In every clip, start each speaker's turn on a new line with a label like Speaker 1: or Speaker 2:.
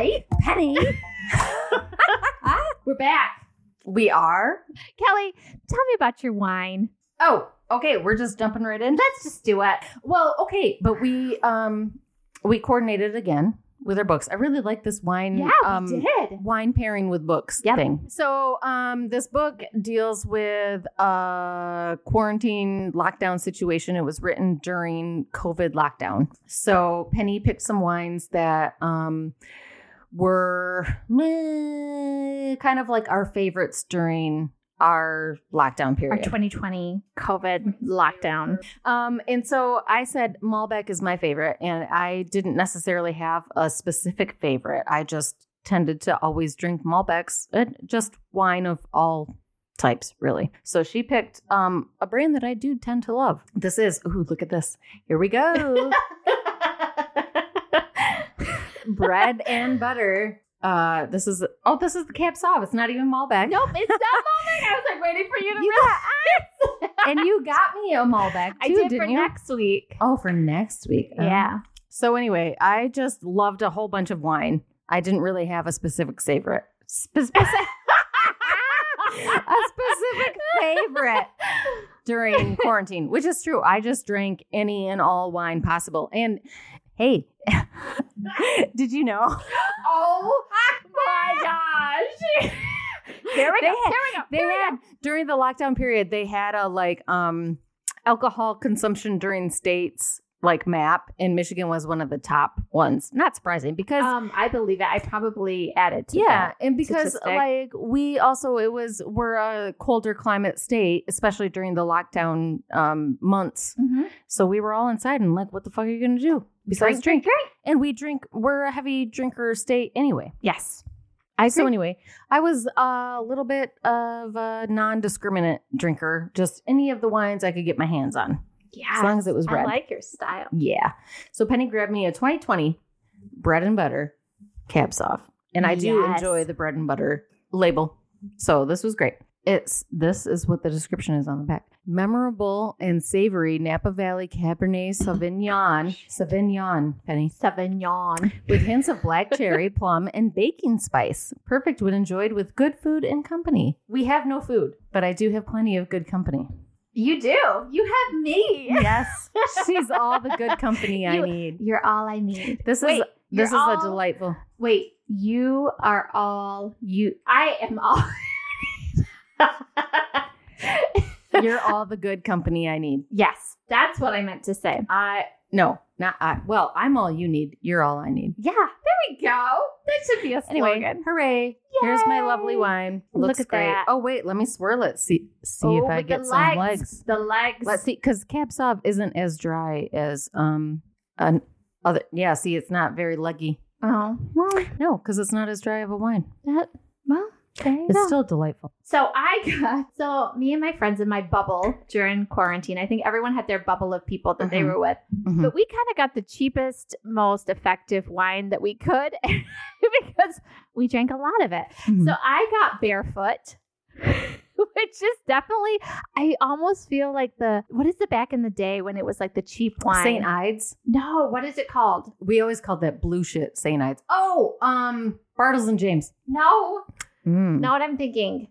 Speaker 1: Kelly.
Speaker 2: We're back.
Speaker 3: We are.
Speaker 1: Kelly, tell me about your wine.
Speaker 3: Oh, okay. We're just jumping right in. Let's just do it. Well, okay, but we um we coordinated again with our books. I really like this wine.
Speaker 2: Yeah,
Speaker 3: um,
Speaker 2: we did.
Speaker 3: wine pairing with books
Speaker 1: Yep.
Speaker 3: thing. So um, this book deals with a quarantine lockdown situation. It was written during COVID lockdown. So Penny picked some wines that um, were meh, kind of like our favorites during our lockdown
Speaker 1: Our
Speaker 3: period.
Speaker 1: 2020 COVID lockdown.
Speaker 3: Um, and so I said Malbec is my favorite, and I didn't necessarily have a specific favorite. I just tended to always drink Malbecs, uh, just wine of all types, really. So she picked um, a brand that I do tend to love. This is, ooh, look at this. Here we go. Bread and butter. Uh, this is, oh, this is the Cab Sauv. It's not even Malbec.
Speaker 1: Nope, it's not
Speaker 2: I was like waiting for you to.
Speaker 3: You got, and you got me a Malbec too,
Speaker 1: I did
Speaker 3: not
Speaker 1: for
Speaker 3: you?
Speaker 1: next week.
Speaker 3: Oh, for next week. Oh.
Speaker 1: yeah.
Speaker 3: So anyway, I just loved a whole bunch of wine. I didn't really have a specific favorite. Spe- speci- a specific favorite during quarantine, which is true. I just drank any and all wine possible. And hey, did you know
Speaker 2: Oh my gosh!
Speaker 3: There we
Speaker 2: They
Speaker 3: go.
Speaker 2: had- There we go.
Speaker 3: they had during the lockdown period they had a like um alcohol consumption during states like map, and Michigan was one of the top ones. Not surprising because
Speaker 2: Um, I believe it. I probably added to
Speaker 3: yeah
Speaker 2: that.
Speaker 3: and because uh,
Speaker 2: statistic.
Speaker 3: like we also it was we're a colder climate state especially during the lockdown um months so we were all inside and like what the fuck are you gonna do besides
Speaker 2: Drink, drink,
Speaker 3: and we drink we're a heavy drinker state anyway
Speaker 2: Yes.
Speaker 3: I so anyway, I was a little bit of a non-discriminant drinker, just any of the wines I could get my hands on, as
Speaker 2: Yeah.
Speaker 3: long as it was
Speaker 2: I
Speaker 3: red.
Speaker 2: like your style.
Speaker 3: yeah. So Penny grabbed me a 2020 bread and butter cab sauv, and I do
Speaker 2: Yes.
Speaker 3: enjoy the bread and butter label. So this was great. It's this is what the description is on the back. Memorable and savory Napa Valley Cabernet
Speaker 2: Oh
Speaker 3: Sauvignon, Sauvignon, Penny
Speaker 2: Sauvignon.
Speaker 3: with hints of black cherry, plum, and baking spice. Perfect when enjoyed with good food and company. We have no food, but I do have plenty of good company.
Speaker 2: You do. You have me.
Speaker 3: Yes, she's all the good company I
Speaker 2: You-
Speaker 3: need.
Speaker 2: You're all I need.
Speaker 3: This
Speaker 2: Wait,
Speaker 3: is this is
Speaker 2: you're
Speaker 3: a
Speaker 2: all-
Speaker 3: delightful.
Speaker 2: Wait, you are all you. I am all.
Speaker 3: You're all the good company I need.
Speaker 2: yes, that's what I meant to say.
Speaker 3: I no, not I. Well, I'm all you need. You're all I need.
Speaker 2: Yeah, there we go. That should be a
Speaker 3: Anyway,
Speaker 2: slogan.
Speaker 3: hooray! Here's my
Speaker 2: Yay.
Speaker 3: lovely wine.
Speaker 2: Look
Speaker 3: Looks
Speaker 2: at
Speaker 3: great.
Speaker 2: that.
Speaker 3: Oh wait, let me swirl it. See see
Speaker 2: Oh,
Speaker 3: if I
Speaker 2: with
Speaker 3: get
Speaker 2: the
Speaker 3: some legs.
Speaker 2: The legs.
Speaker 3: Let's see, because cab sauv isn't as dry as um an other. Yeah, see, it's not very leggy.
Speaker 2: Oh, well,
Speaker 3: No, because it's not as dry of a wine.
Speaker 2: that, well, there you
Speaker 3: It's
Speaker 2: go.
Speaker 3: still delightful.
Speaker 2: So I got so me and my friends in my bubble during quarantine. I think everyone had their bubble of people that they
Speaker 3: Mhm.
Speaker 2: were with.
Speaker 3: Mhm.
Speaker 2: But we kind of got the cheapest, most effective wine that we could because we drank a lot of it.
Speaker 3: Mm-hmm.
Speaker 2: So I got barefoot. Which is definitely, I almost feel like the what is the back in the day when it was like the cheap wine?
Speaker 3: Saint Ides.
Speaker 2: no, what is it called?
Speaker 3: We always called that blue shit Saint Ides. Oh, um, Bartles and James.
Speaker 2: No,
Speaker 3: Mm.
Speaker 2: know what I'm thinking.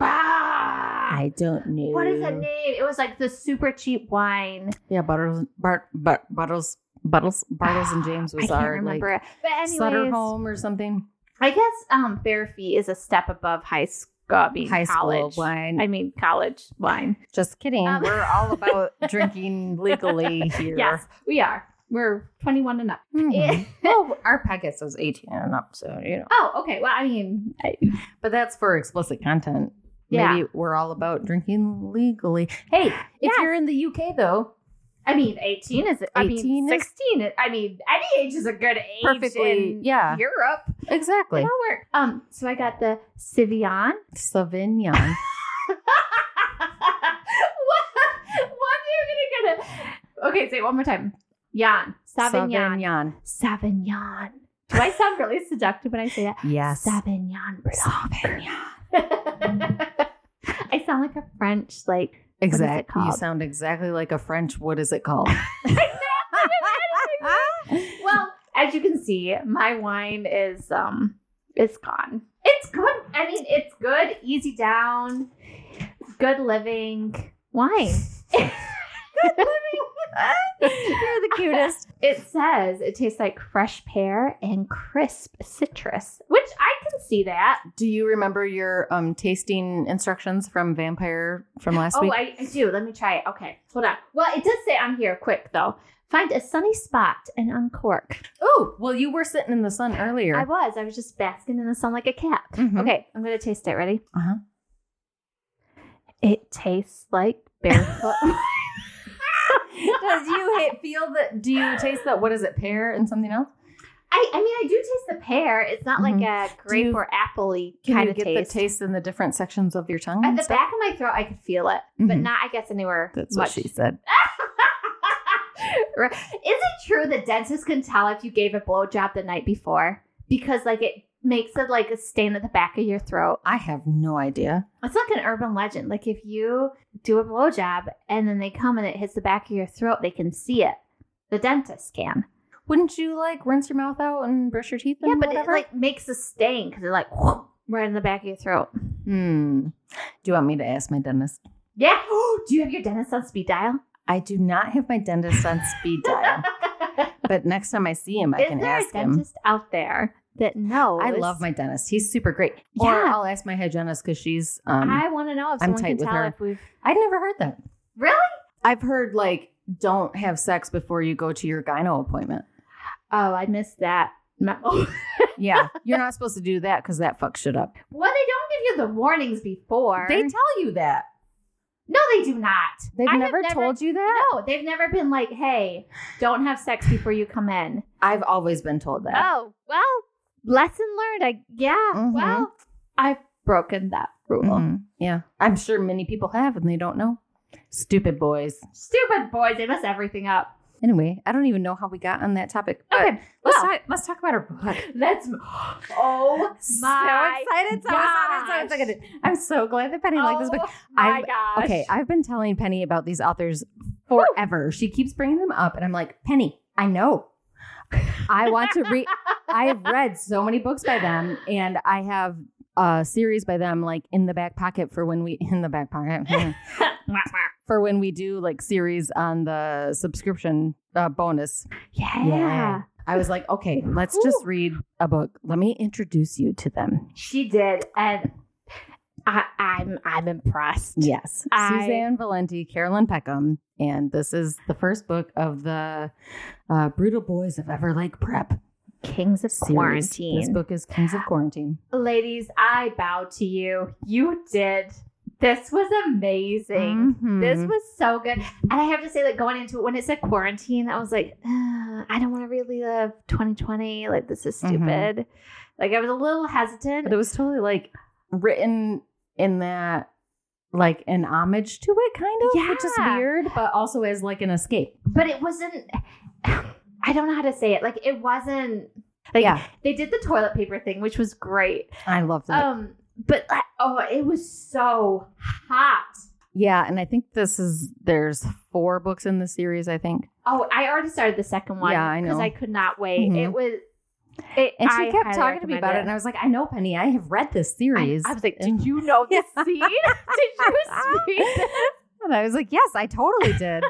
Speaker 2: Ah,
Speaker 3: don't know.
Speaker 2: what is the name? It was like the super cheap wine.
Speaker 3: Yeah, Bartles, Bart, Bart, Bartles, Bartles, Bartles and James was
Speaker 2: I can't
Speaker 3: our
Speaker 2: remember
Speaker 3: like
Speaker 2: it. But
Speaker 3: Sutter
Speaker 2: anyways,
Speaker 3: Home or something.
Speaker 2: I guess um, bare feet is a step above high school. I mean,
Speaker 3: High
Speaker 2: college.
Speaker 3: school wine.
Speaker 2: I mean, college wine.
Speaker 3: Just kidding.
Speaker 2: Um,
Speaker 3: We're all about drinking legally here.
Speaker 2: Yes, we are. We're 21 and up.
Speaker 3: Mhm. well, our podcast says 18 and up, so you know.
Speaker 2: Oh, okay. Well, I mean, I,
Speaker 3: But that's for explicit content.
Speaker 2: Yeah.
Speaker 3: Maybe we're all about drinking legally. Hey, if
Speaker 2: Yes.
Speaker 3: you're in the UK though,
Speaker 2: I mean, 18 is. I
Speaker 3: 18
Speaker 2: mean,
Speaker 3: is-
Speaker 2: 16. Is, I mean, any age is a good age.
Speaker 3: Perfectly,
Speaker 2: In
Speaker 3: yeah.
Speaker 2: Europe.
Speaker 3: exactly.
Speaker 2: It'll work. Um. So I got the Civian.
Speaker 3: Sauvignon.
Speaker 2: what? What are you gonna get? Okay, say it one more time. Yan. Sauvignon.
Speaker 3: Sauvignon.
Speaker 2: Sauvignon. Do I sound really seductive when I say that?
Speaker 3: Yes.
Speaker 2: Sauvignon.
Speaker 3: Sauvignon.
Speaker 2: I sound like a French, like. is it
Speaker 3: Exactly. You
Speaker 2: called?
Speaker 3: sound exactly like a French. What is it called?
Speaker 2: well, as you can see, my wine is um It's gone. It's good. I mean, it's good, easy down, good living wine.
Speaker 1: You're the cutest.
Speaker 2: It says it tastes like fresh pear and crisp citrus, which I can see that.
Speaker 3: Do you remember your um, tasting instructions from Vampire from last
Speaker 2: oh,
Speaker 3: week?
Speaker 2: I, I do. Let me try it. Okay, hold on. Well, it does say on here, quick though. Find a sunny spot and uncork.
Speaker 3: oh, well, you were sitting in the sun earlier.
Speaker 2: I was. I was just basking in the sun like a cat.
Speaker 3: Mhm.
Speaker 2: Okay, I'm gonna taste it. Ready?
Speaker 3: Uh-huh.
Speaker 2: It tastes like barefoot.
Speaker 3: Does you hit, feel that? Do you taste that? What is it? Pear and something else?
Speaker 2: I, I mean, I do taste the pear. It's not like a grape
Speaker 3: Mm-hmm. you-
Speaker 2: or apple-y
Speaker 3: Can
Speaker 2: kind
Speaker 3: you
Speaker 2: of
Speaker 3: get
Speaker 2: taste.
Speaker 3: the taste in the different sections of your tongue?
Speaker 2: At
Speaker 3: and
Speaker 2: the
Speaker 3: stuff?
Speaker 2: back of my throat, I could feel it, but
Speaker 3: Mhm.
Speaker 2: not, I guess, anywhere.
Speaker 3: That's
Speaker 2: much.
Speaker 3: what she said.
Speaker 2: Right. Is it true that dentists can tell if you gave a blowjob the night before because like it makes it like a stain at the back of your throat?
Speaker 3: I have no idea.
Speaker 2: It's like an urban legend. Like if you do a blowjob and then they come and it hits the back of your throat, they can see it. The dentist can.
Speaker 3: Wouldn't you like rinse your mouth out and brush your teeth?
Speaker 2: yeah,
Speaker 3: and
Speaker 2: but
Speaker 3: whatever?
Speaker 2: it like makes a stain because it like whoop, right in the back of your throat.
Speaker 3: Hmm. Do you want me to ask my dentist?
Speaker 2: Yeah. do you have your dentist on speed dial?
Speaker 3: I do not have my dentist on speed dial, but next time I see him, I
Speaker 2: Is
Speaker 3: can
Speaker 2: there
Speaker 3: ask
Speaker 2: a
Speaker 3: him.
Speaker 2: dentist out there that knows?
Speaker 3: I love my dentist. He's super great. Or
Speaker 2: Yeah.
Speaker 3: I'll ask my hygienist because she's. Um,
Speaker 2: I want to know if
Speaker 3: I'm
Speaker 2: someone
Speaker 3: tight
Speaker 2: can
Speaker 3: with
Speaker 2: tell
Speaker 3: her.
Speaker 2: if we've
Speaker 3: I'd never heard that.
Speaker 2: really.
Speaker 3: I've heard like don't have sex before you go to your gyno appointment.
Speaker 2: Oh, I missed that. My-
Speaker 3: Yeah, you're not supposed to do that because that fucks shit up.
Speaker 2: well, they don't give you the warnings before.
Speaker 3: They tell you that.
Speaker 2: no, they do not.
Speaker 3: They've
Speaker 2: I have
Speaker 3: never, told you that.
Speaker 2: No, they've never been like, "Hey, don't have sex before you come in."
Speaker 3: I've always been told that.
Speaker 2: Oh, well, lesson learned. I Mm-hmm. yeah.
Speaker 3: Mhm.
Speaker 2: Well, I've broken that rule.
Speaker 3: Mhm. Yeah, I'm sure many people have and they don't know. Stupid boys.
Speaker 2: Stupid boys, they mess everything up.
Speaker 3: Anyway, I don't even know how we got on that topic. but
Speaker 2: Okay,
Speaker 3: let's
Speaker 2: well.
Speaker 3: talk. Let's talk about our book.
Speaker 2: That's oh my.
Speaker 3: so excited! So excited! So
Speaker 2: gosh.
Speaker 3: excited! I'm so glad that Penny
Speaker 2: oh,
Speaker 3: liked this book.
Speaker 2: My
Speaker 3: I've-
Speaker 2: gosh.
Speaker 3: Okay, I've been telling Penny about these authors forever. She keeps bringing them up, and I'm like, Penny, I know. I want to read. I have read so many books by them, and I have a series by them, like in the back pocket for when we in the back pocket for when we do like series on the subscription uh, bonus.
Speaker 2: yeah.
Speaker 3: I was like, okay, let's just read a book. Let me introduce you to them.
Speaker 2: She did, and I, I'm I'm impressed.
Speaker 3: Yes.
Speaker 2: I-
Speaker 3: Suzanne Valenti, Carolyn Peckham. And this is the first book of the uh, Brutal Boys of Everlake Prep
Speaker 2: Kings of
Speaker 3: series. This
Speaker 2: Quarantine.
Speaker 3: book is Kings of Quarantine.
Speaker 2: Ladies, I bow to you. You did. This was amazing. This
Speaker 3: Mhm.
Speaker 2: was so good. And I have to say that going into it, when it said quarantine, I was like, "Ugh, I don't want to relive 2020. Like, this is
Speaker 3: Mm-hmm.
Speaker 2: stupid. Like, I was a little hesitant.
Speaker 3: But it was totally like written in that, like an homage to it, kind of, which is
Speaker 2: Yeah.
Speaker 3: weird, but also as like an escape.
Speaker 2: But it wasn't, I don't know how to say it. Like, it wasn't, like,
Speaker 3: Yeah.
Speaker 2: they did the toilet paper thing, which was great.
Speaker 3: I love that.
Speaker 2: Um, but I, oh, it was so hot.
Speaker 3: yeah. And I think this is, there's four books in the series, I think.
Speaker 2: Oh, I already started the second one.
Speaker 3: Yeah, I know.
Speaker 2: Because I could not wait.
Speaker 3: Mhm.
Speaker 2: It was. It,
Speaker 3: And she
Speaker 2: I
Speaker 3: kept
Speaker 2: highly
Speaker 3: talking to me
Speaker 2: recommend
Speaker 3: about it. and I was like, I know, Penny, I have read this series.
Speaker 2: I, I was like,
Speaker 3: And-
Speaker 2: did you know this scene? did you see? this?"
Speaker 3: and I was like, yes, I totally did.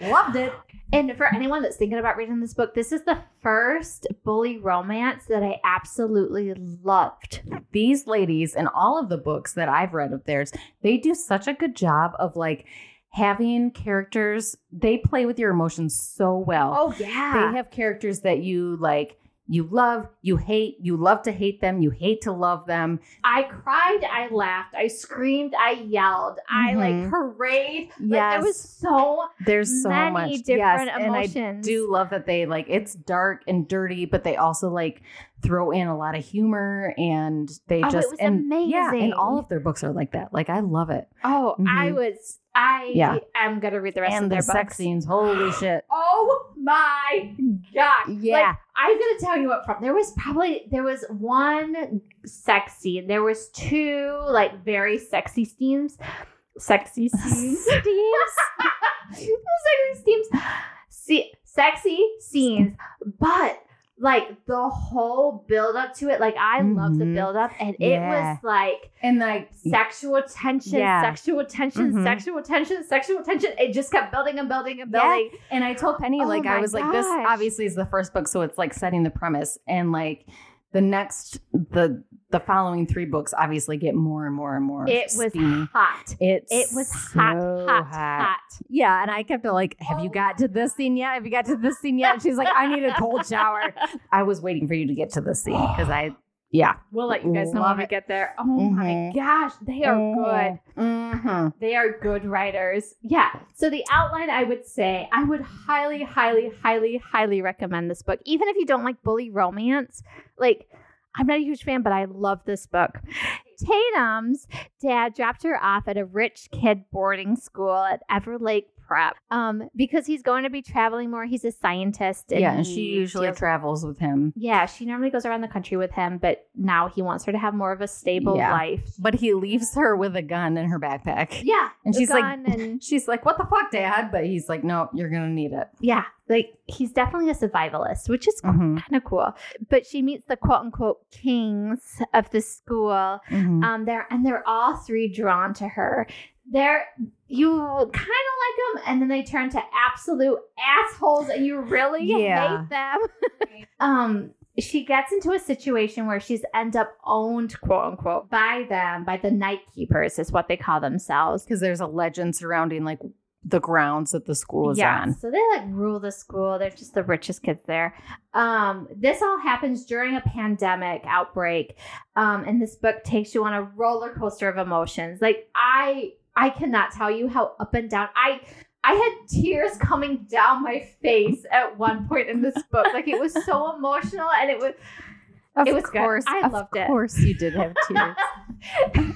Speaker 3: Loved it.
Speaker 2: And for anyone that's thinking about reading this book, this is the first bully romance that I absolutely loved.
Speaker 3: These ladies and all of the books that I've read of theirs, they do such a good job of like having characters. They play with your emotions so well.
Speaker 2: Oh yeah.
Speaker 3: They have characters that you like, you love, you hate, you love to hate them, you hate to love them.
Speaker 2: I cried, I laughed, I screamed, I yelled, I
Speaker 3: Mhm.
Speaker 2: like hurrayed. Like, there was
Speaker 3: Yes.
Speaker 2: so
Speaker 3: There's so
Speaker 2: many
Speaker 3: much
Speaker 2: different
Speaker 3: yes, And I
Speaker 2: emotions.
Speaker 3: do love that they like it's dark and dirty, but they also like throw in a lot of humor and they
Speaker 2: Oh, it
Speaker 3: just
Speaker 2: was
Speaker 3: and, Yeah,
Speaker 2: amazing.
Speaker 3: and all of their books are like that. Like I love it.
Speaker 2: Oh, I
Speaker 3: Mhm.
Speaker 2: was. I
Speaker 3: Yeah.
Speaker 2: am gonna read the rest of
Speaker 3: and
Speaker 2: their
Speaker 3: the sex
Speaker 2: books.
Speaker 3: scenes, holy shit!
Speaker 2: Oh my god!
Speaker 3: Yeah.
Speaker 2: like, I'm gonna tell you what. From there was probably there was one sex scene. There was two like very sexy scenes. Sexy scenes. sexy scenes. See, sexy scenes. But like the whole build up to it. Like I love the
Speaker 3: Mhm.
Speaker 2: build up, and
Speaker 1: Mm-hmm. Yeah.
Speaker 2: it was like
Speaker 3: And like
Speaker 2: sexual tension,
Speaker 1: Yeah.
Speaker 2: sexual tension,
Speaker 1: Mhm.
Speaker 2: sexual tension, sexual tension. It just kept building and building and
Speaker 3: Yeah.
Speaker 2: building.
Speaker 3: And I told Penny,
Speaker 2: Oh
Speaker 3: like, I
Speaker 2: my
Speaker 3: was like, this
Speaker 2: gosh.
Speaker 3: obviously is the first book, so it's like setting the premise. And like the next, the the following three books obviously get more and more and more.
Speaker 2: It was
Speaker 3: steamy.
Speaker 2: hot.
Speaker 3: It's
Speaker 2: It was hot,
Speaker 3: so
Speaker 2: hot, hot.
Speaker 1: Yeah, and I kept her like, "Have you got to this scene yet? Have you got to this scene yet?" And she's like, "I need a cold shower."
Speaker 3: I was waiting for you to get to this scene because I, yeah,
Speaker 2: We'll let you guys know
Speaker 3: Mm-hmm. Love
Speaker 2: when we
Speaker 3: it.
Speaker 2: get there. Oh my
Speaker 3: Mhm.
Speaker 2: gosh, they are good.
Speaker 3: Mhm.
Speaker 2: They are good writers. Yeah. So the outline I would say I would highly, highly, highly, highly recommend this book. Even if you don't like bully romance, like I'm not a huge fan, but I love this book. Tatum's dad dropped her off at a rich kid boarding school at Everlake Prep um, because he's going to be traveling more. He's a scientist. And
Speaker 3: yeah. And she
Speaker 2: he
Speaker 3: usually
Speaker 2: deals-
Speaker 3: travels with him,
Speaker 2: yeah, she normally goes around the country with him, but now he wants her to have more of a stable
Speaker 3: Yeah.
Speaker 2: life.
Speaker 3: but he leaves her with a gun in her backpack.
Speaker 2: Yeah,
Speaker 3: And
Speaker 2: the
Speaker 3: she's like-
Speaker 2: gun and
Speaker 3: She's like, "What the fuck, Dad?" But he's like, "No, you're gonna need it."
Speaker 2: yeah, like he's definitely a survivalist, which is
Speaker 3: Mhm.
Speaker 2: kind of cool. But she meets the quote unquote kings of the school.
Speaker 3: Mhm.
Speaker 2: Um, there and they're all three drawn to her. They're you kind of like them, and then they turn to absolute assholes, and you really
Speaker 3: Yeah.
Speaker 2: hate them. um, she gets into a situation where she's end up owned, quote unquote, by them, by the night keepers, is what they call themselves.
Speaker 3: because there's a legend surrounding like the grounds that the school is
Speaker 2: yeah.
Speaker 3: on.
Speaker 2: So they like rule the school. They're just the richest kids there. Um, this all happens during a pandemic outbreak. Um, and this book takes you on a roller coaster of emotions. Like I I cannot tell you how up and down I I had tears coming down my face at one point in this book. Like it was so emotional and it was
Speaker 3: Of
Speaker 2: It was good.
Speaker 3: course,
Speaker 2: I
Speaker 3: of
Speaker 2: loved it.
Speaker 3: course, you did have tears.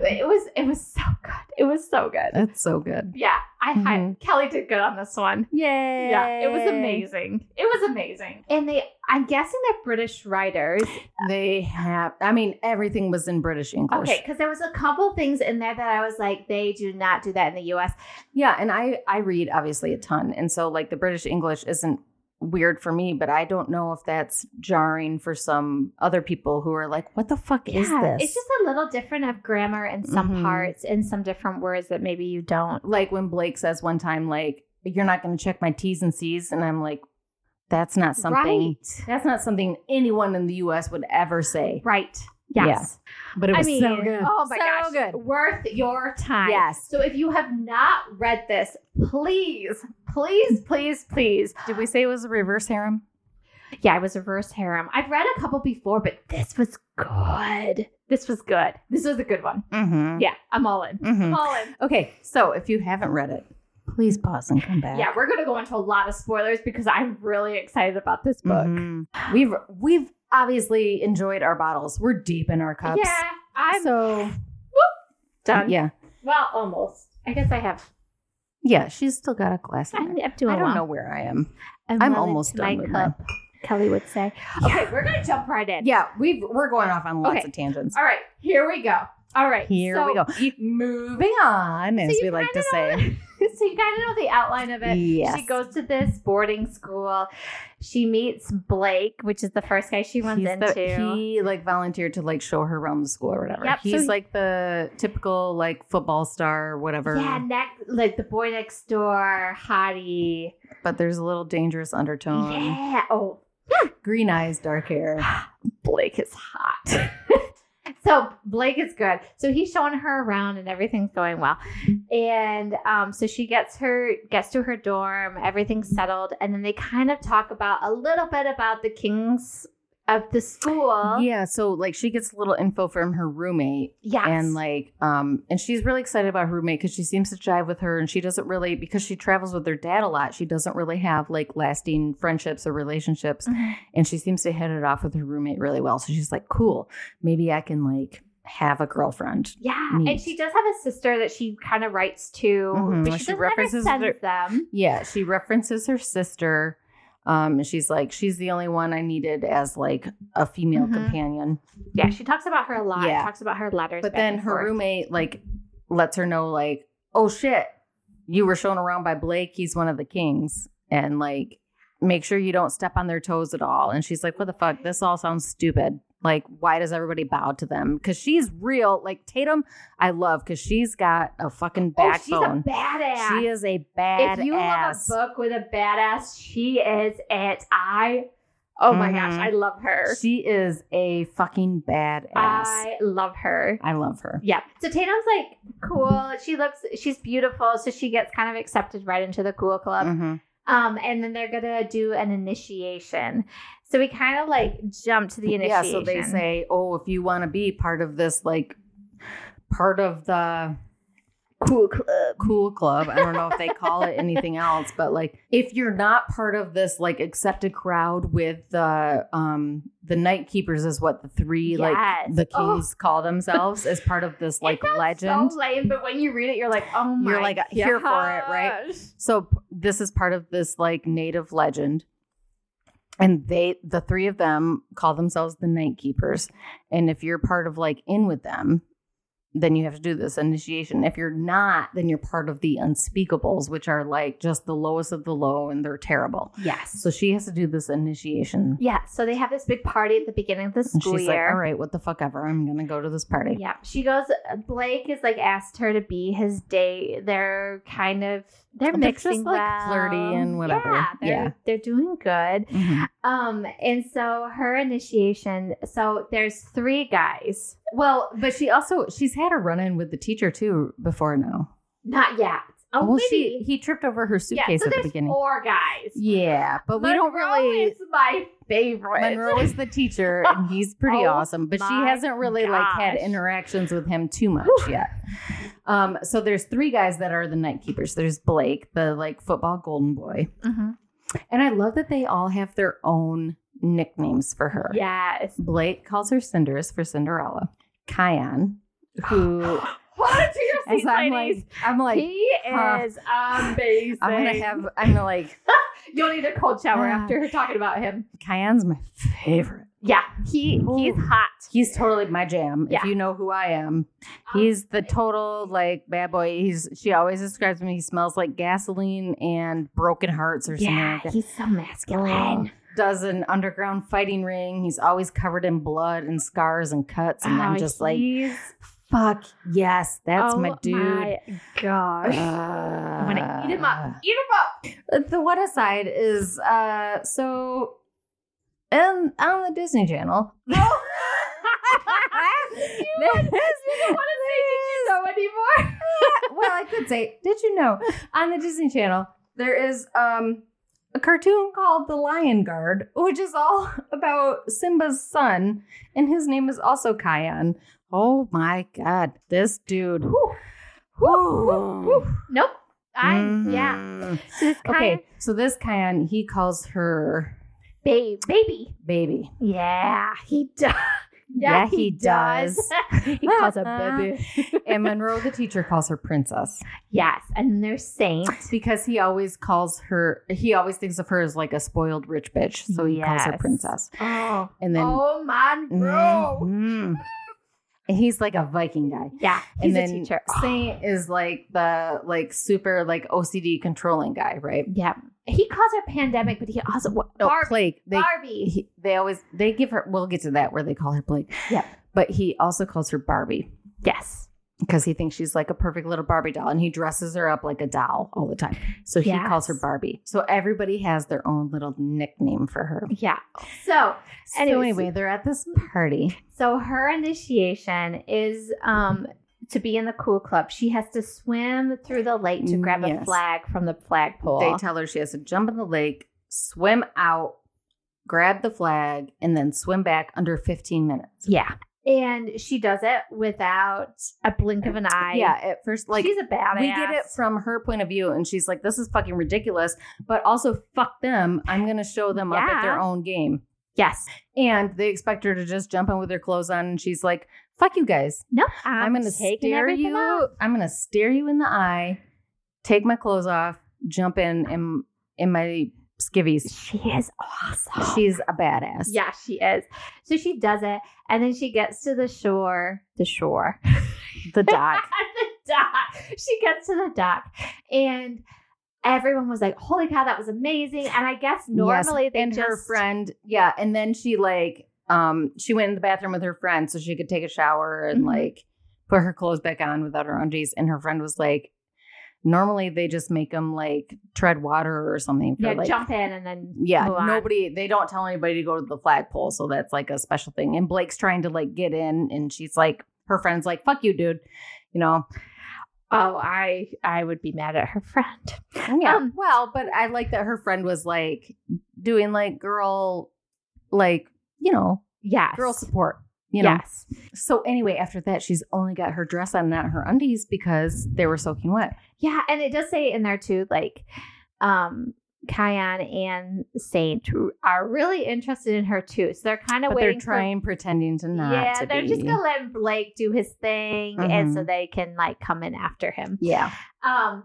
Speaker 2: it was it was so good. It was so good.
Speaker 3: That's so good.
Speaker 2: Yeah, I hi-
Speaker 3: Mhm.
Speaker 2: Kelly did good on this one.
Speaker 1: Yay!
Speaker 2: Yeah, it was amazing. It was amazing. And they, I'm guessing they're British writers.
Speaker 3: They have. I mean, everything was in British English.
Speaker 2: Okay, because there was a couple things in there that I was like, they do not do that in the U.S.
Speaker 3: Yeah, and I I read obviously a ton, and so like the British English isn't weird for me, but I don't know if that's jarring for some other people who are like, "What the fuck is
Speaker 2: Yeah,
Speaker 3: this?"
Speaker 2: It's just a little different of grammar in some
Speaker 3: Mhm.
Speaker 2: parts and some different words that maybe you don't.
Speaker 3: like when Blake says one time, like, "You're not going to check my T's and C's," and I'm like, "That's not something."
Speaker 2: Right.
Speaker 3: That's not something anyone in the U.S. would ever say.
Speaker 2: Right. Yes.
Speaker 3: But it
Speaker 2: I
Speaker 3: was
Speaker 2: mean,
Speaker 3: so good.
Speaker 2: oh my
Speaker 1: So
Speaker 2: gosh,
Speaker 1: good.
Speaker 2: worth your time.
Speaker 1: Yes.
Speaker 2: So if you have not read this, please, please, please, please
Speaker 3: Did we say it was a reverse harem?
Speaker 2: Yeah, I was reverse harem. I've read a couple before, but this was good. This was good. This was a good one.
Speaker 3: Mm-hmm.
Speaker 2: Yeah, I'm all in. I'm all in.
Speaker 3: Okay, so if you haven't read it, please pause and come back.
Speaker 2: Yeah, we're gonna go into a lot of spoilers because I'm really excited about this book.
Speaker 3: Mhm.
Speaker 2: Mm-hmm.
Speaker 3: We've we've obviously enjoyed our bottles. We're deep in our cups.
Speaker 2: Yeah, I'm
Speaker 3: so
Speaker 2: done.
Speaker 3: Yeah,
Speaker 2: Well, almost. I guess I have.
Speaker 3: yeah. She's still got a glass. In
Speaker 2: I'm,
Speaker 3: it.
Speaker 2: I'm
Speaker 3: I
Speaker 2: doing
Speaker 3: don't
Speaker 2: well.
Speaker 3: know where I am.
Speaker 2: I'm,
Speaker 3: I'm
Speaker 2: well
Speaker 3: almost
Speaker 2: into
Speaker 3: done
Speaker 2: my
Speaker 3: with
Speaker 2: cup, Kelly would say. Okay, we're gonna jump right in.
Speaker 3: Yeah, we we're going off on lots
Speaker 2: Okay.
Speaker 3: of tangents.
Speaker 2: All right, here we go. All right,
Speaker 3: Here
Speaker 2: so-
Speaker 3: we go. Moving on, as
Speaker 2: you
Speaker 3: we like to
Speaker 2: kinda
Speaker 3: say.
Speaker 2: so you kind of know the outline of it.
Speaker 3: Yes.
Speaker 2: She goes to this boarding school. She meets Blake, which is the first guy she runs
Speaker 3: He's
Speaker 2: into.
Speaker 3: The, he like volunteered to like show her around the school or whatever.
Speaker 2: Yep, so
Speaker 3: He's
Speaker 2: he-
Speaker 3: like the typical like football star or whatever.
Speaker 2: yeah, next, like the boy next door, hottie.
Speaker 3: But there's a little dangerous undertone.
Speaker 2: yeah. Oh,
Speaker 3: Green eyes, dark hair.
Speaker 2: Blake is hot. so Blake is good. So he's showing her around and everything's going well. And um, so she gets her gets to her dorm, everything's settled, and then they kind of talk about a little bit about the kings of the school.
Speaker 3: Yeah. So like she gets a little info from her roommate.
Speaker 2: Yes.
Speaker 3: And like, um, and she's really excited about her roommate because she seems to jive with her, and she doesn't really because she travels with her dad a lot. She doesn't really have like lasting friendships or relationships, and she seems to hit it off with her roommate really well. So she's like, "Cool, maybe I can like have a girlfriend."
Speaker 2: Yeah,
Speaker 3: Neat.
Speaker 2: and she does have a sister that she kind of writes to,
Speaker 3: Mhm,
Speaker 2: but
Speaker 3: well,
Speaker 2: she,
Speaker 3: she
Speaker 2: doesn't
Speaker 3: references
Speaker 2: ever
Speaker 3: their-
Speaker 2: send them.
Speaker 3: Yeah, she references her sister. Um, and she's like, she's the only one I needed as like a female
Speaker 2: Mhm.
Speaker 3: companion.
Speaker 2: Yeah, she talks about her a lot.
Speaker 3: Yeah.
Speaker 2: talks about her letters.
Speaker 3: But
Speaker 2: back
Speaker 3: then
Speaker 2: and
Speaker 3: her
Speaker 2: forth.
Speaker 3: roommate like lets her know like, oh shit, you were shown around by Blake. He's one of the kings, and like make sure you don't step on their toes at all. And she's like, what the fuck? This all sounds stupid. Like, why does everybody bow to them? Because she's real. Like, Tatum, I love because she's got a fucking
Speaker 2: Oh, she's
Speaker 3: backbone.
Speaker 2: a badass.
Speaker 3: she is a
Speaker 2: if
Speaker 3: badass.
Speaker 2: you love a book with a badass, she is it. I, oh my gosh,
Speaker 3: Mhm.
Speaker 2: I love her.
Speaker 3: She is a fucking badass. I,
Speaker 2: I love her.
Speaker 3: love her.
Speaker 2: Yeah. So Tatum's like cool. She looks, she's beautiful. So she gets kind of accepted right into the cool club.
Speaker 3: Mhm.
Speaker 2: Um, and then they're gonna do an initiation. So we kind of like jump to the
Speaker 3: Yeah,
Speaker 2: initiation.
Speaker 3: so they say, oh, if you want to be part of this, like, part of the
Speaker 2: cool club.
Speaker 3: cool club. I don't know if they call it anything else, but like if you're not part of this like accepted crowd with the um the night keepers is what the three
Speaker 2: Yes.
Speaker 3: like the keys
Speaker 2: Oh.
Speaker 3: call themselves as part of this like
Speaker 2: it sounds
Speaker 3: legend.
Speaker 2: So lame, but when you read it, you're like, oh my,
Speaker 3: You're like, here for it, right?
Speaker 2: gosh.
Speaker 3: So p- this is part of this like native legend. And they the three of them call themselves the night keepers. And if you're part of like in with them, then you have to do this initiation. If you're not, then you're part of the unspeakables, which are like just the lowest of the low and they're terrible.
Speaker 2: Yes.
Speaker 3: So she has to do this initiation.
Speaker 2: Yeah, so they have this big party at the beginning of the
Speaker 3: And
Speaker 2: school
Speaker 3: she's like,
Speaker 2: year.
Speaker 3: all right, what the fuck ever. I'm gonna go to this party.
Speaker 2: Yeah, she goes. uh, Blake is like asked her to be his date. They're kind of they're
Speaker 3: They're
Speaker 2: mixing
Speaker 3: just, like,
Speaker 2: well.
Speaker 3: flirty and whatever.
Speaker 2: Yeah, they're,
Speaker 3: Yeah.
Speaker 2: they're doing good.
Speaker 3: Mhm.
Speaker 2: Um, and so her initiation. So there's three guys. Well,
Speaker 3: But she also she's had a run in with the teacher too before now.
Speaker 2: not yet. Oh,
Speaker 3: well, she
Speaker 2: maybe.
Speaker 3: he tripped over her
Speaker 2: yeah.
Speaker 3: suitcase
Speaker 2: so
Speaker 3: at the
Speaker 2: there's
Speaker 3: beginning.
Speaker 2: four guys.
Speaker 3: Yeah, but we don't
Speaker 2: Monroe
Speaker 3: really.
Speaker 2: Is my favorite.
Speaker 3: Monroe is the teacher, and he's pretty
Speaker 2: Oh
Speaker 3: awesome. But she
Speaker 2: my
Speaker 3: hasn't really like had
Speaker 2: gosh.
Speaker 3: interactions with him too much
Speaker 2: Whew.
Speaker 3: yet. Um, so there's three guys that are the night keepers. There's Blake, the like football golden boy,
Speaker 2: Mhm.
Speaker 3: and I love that they all have their own nicknames for her.
Speaker 2: Yes.
Speaker 3: Blake calls her Cinders for Cinderella. Kion, who
Speaker 2: What do you
Speaker 3: as
Speaker 2: see,
Speaker 3: I'm
Speaker 2: ladies?
Speaker 3: like, I'm like,
Speaker 2: he
Speaker 3: huh.
Speaker 2: is amazing.
Speaker 3: I'm gonna have, I'm gonna like,
Speaker 2: You'll need a cold shower
Speaker 3: Ah.
Speaker 2: after talking about him.
Speaker 3: Kion's my favorite.
Speaker 2: Yeah, he he's
Speaker 3: Ooh.
Speaker 2: hot.
Speaker 3: He's totally my jam.
Speaker 2: Yeah.
Speaker 3: If you know who I am, He's the total like bad boy. He's she always describes him. He smells like gasoline and broken hearts or something
Speaker 2: yeah,
Speaker 3: like that. Um,
Speaker 2: he's so masculine.
Speaker 3: Does an underground fighting ring. He's always covered in blood and scars and cuts. And I'm
Speaker 2: Oh,
Speaker 3: just like,
Speaker 2: he's-
Speaker 3: fuck yes, that's my
Speaker 2: oh
Speaker 3: dude. Uh,
Speaker 2: my gosh, I'm gonna eat him up. Eat him up.
Speaker 3: The what aside is uh so and on the Disney Channel.
Speaker 2: you
Speaker 3: There is-
Speaker 2: don't want to say did you know anymore.
Speaker 3: well, I could say, did you know on the Disney Channel there is um a cartoon called The Lion Guard, which is all about Simba's son, and his name is also Kion. Oh my god, this dude.
Speaker 2: Whew.
Speaker 3: Whew.
Speaker 2: Nope. I yeah.
Speaker 3: Oh. Mm.
Speaker 2: So this kind
Speaker 3: Okay,
Speaker 2: of-
Speaker 3: so this Kion, he calls her
Speaker 2: babe, baby.
Speaker 3: baby.
Speaker 2: Yeah, he does.
Speaker 3: Yeah, he
Speaker 2: he calls a baby.
Speaker 3: And Monroe, the teacher, calls her princess.
Speaker 2: Yes, and they're saint.
Speaker 3: because he always calls her he always thinks of her as like a spoiled rich bitch so he calls her
Speaker 2: Yes.
Speaker 3: princess
Speaker 2: Oh,
Speaker 3: and then
Speaker 2: oh man, bro.
Speaker 3: Mhm. And he's like a viking guy
Speaker 2: Yeah,
Speaker 3: And
Speaker 2: he's
Speaker 3: then
Speaker 2: a teacher.
Speaker 3: saint is like the like super like ocd controlling guy right
Speaker 2: Yeah, he calls her pandemic, but he also
Speaker 3: no
Speaker 2: Barb-
Speaker 3: blake they
Speaker 2: Barbie.
Speaker 3: he- they always they give her we'll get to that where they call her blake
Speaker 2: Yep.
Speaker 3: but he also calls her barbie
Speaker 2: Yes,
Speaker 3: because he thinks she's like a perfect little Barbie doll and he dresses her up like a doll all the time. So he calls her
Speaker 2: Yes.
Speaker 3: Barbie. So everybody has their own little nickname for her.
Speaker 2: yeah. So,
Speaker 3: So
Speaker 2: Anyways.
Speaker 3: anyway, they're at this party.
Speaker 2: so her initiation is um to be in the cool club. She has to swim through the lake to grab a
Speaker 3: Mm, Yes.
Speaker 2: flag from the flagpole.
Speaker 3: They tell her she has to jump in the lake, swim out, grab the flag, and then swim back under 15 minutes.
Speaker 2: yeah, and she does it without a blink of an eye.
Speaker 3: yeah, at first, like,
Speaker 2: she's a badass.
Speaker 3: we get it from her point of view, and she's like, this is fucking ridiculous, but also fuck them. I'm going to show them up at their
Speaker 2: Yeah.
Speaker 3: own game.
Speaker 2: Yes.
Speaker 3: And they expect her to just jump in with her clothes on, and she's like, fuck you guys.
Speaker 2: No,
Speaker 3: I'm,
Speaker 2: I'm,
Speaker 3: gonna
Speaker 2: taking
Speaker 3: stare
Speaker 2: everything
Speaker 3: you.
Speaker 2: off.
Speaker 3: I'm gonna stare you in the eye, take my clothes off, jump in in, in my skivvies.
Speaker 2: She is awesome.
Speaker 3: She's a badass.
Speaker 2: Yeah, she is. So she does it, and then she gets to the shore. The shore.
Speaker 3: The doc.
Speaker 2: the dock. She gets to the dock, and everyone was like, "Holy cow, that was amazing!" And I guess normally they
Speaker 3: and
Speaker 2: just
Speaker 3: her friend, yeah, and then she like um she went in the bathroom with her friend so she could take a shower and
Speaker 2: Mhm.
Speaker 3: like put her clothes back on without her undies and her friend was like normally they just make them like tread water or something for
Speaker 2: yeah,
Speaker 3: like
Speaker 2: jump in and then
Speaker 3: yeah,
Speaker 2: move on.
Speaker 3: nobody they don't tell anybody to go to the flagpole so that's like a special thing and Blake's trying to like get in and she's like her friend's like fuck you dude you know
Speaker 2: Oh, I I would be mad at her friend.
Speaker 3: yeah
Speaker 2: Um,
Speaker 3: well but i like that her friend was like doing like girl like you know
Speaker 2: Yes.
Speaker 3: girl support. You know.
Speaker 2: Yes.
Speaker 3: So anyway, after that, she's only got her dress on, not her undies, because they were soaking wet.
Speaker 2: Yeah, and it does say in there too, like, um, Kian and Saint are really interested in her too. So they're kind of
Speaker 3: But
Speaker 2: waiting
Speaker 3: they're trying, pretending to
Speaker 2: for
Speaker 3: not.
Speaker 2: Yeah,
Speaker 3: to
Speaker 2: they're
Speaker 3: be.
Speaker 2: just gonna let Blake do his thing and
Speaker 3: Mhm.
Speaker 2: so they can like come in after him.
Speaker 3: Yeah.
Speaker 2: Um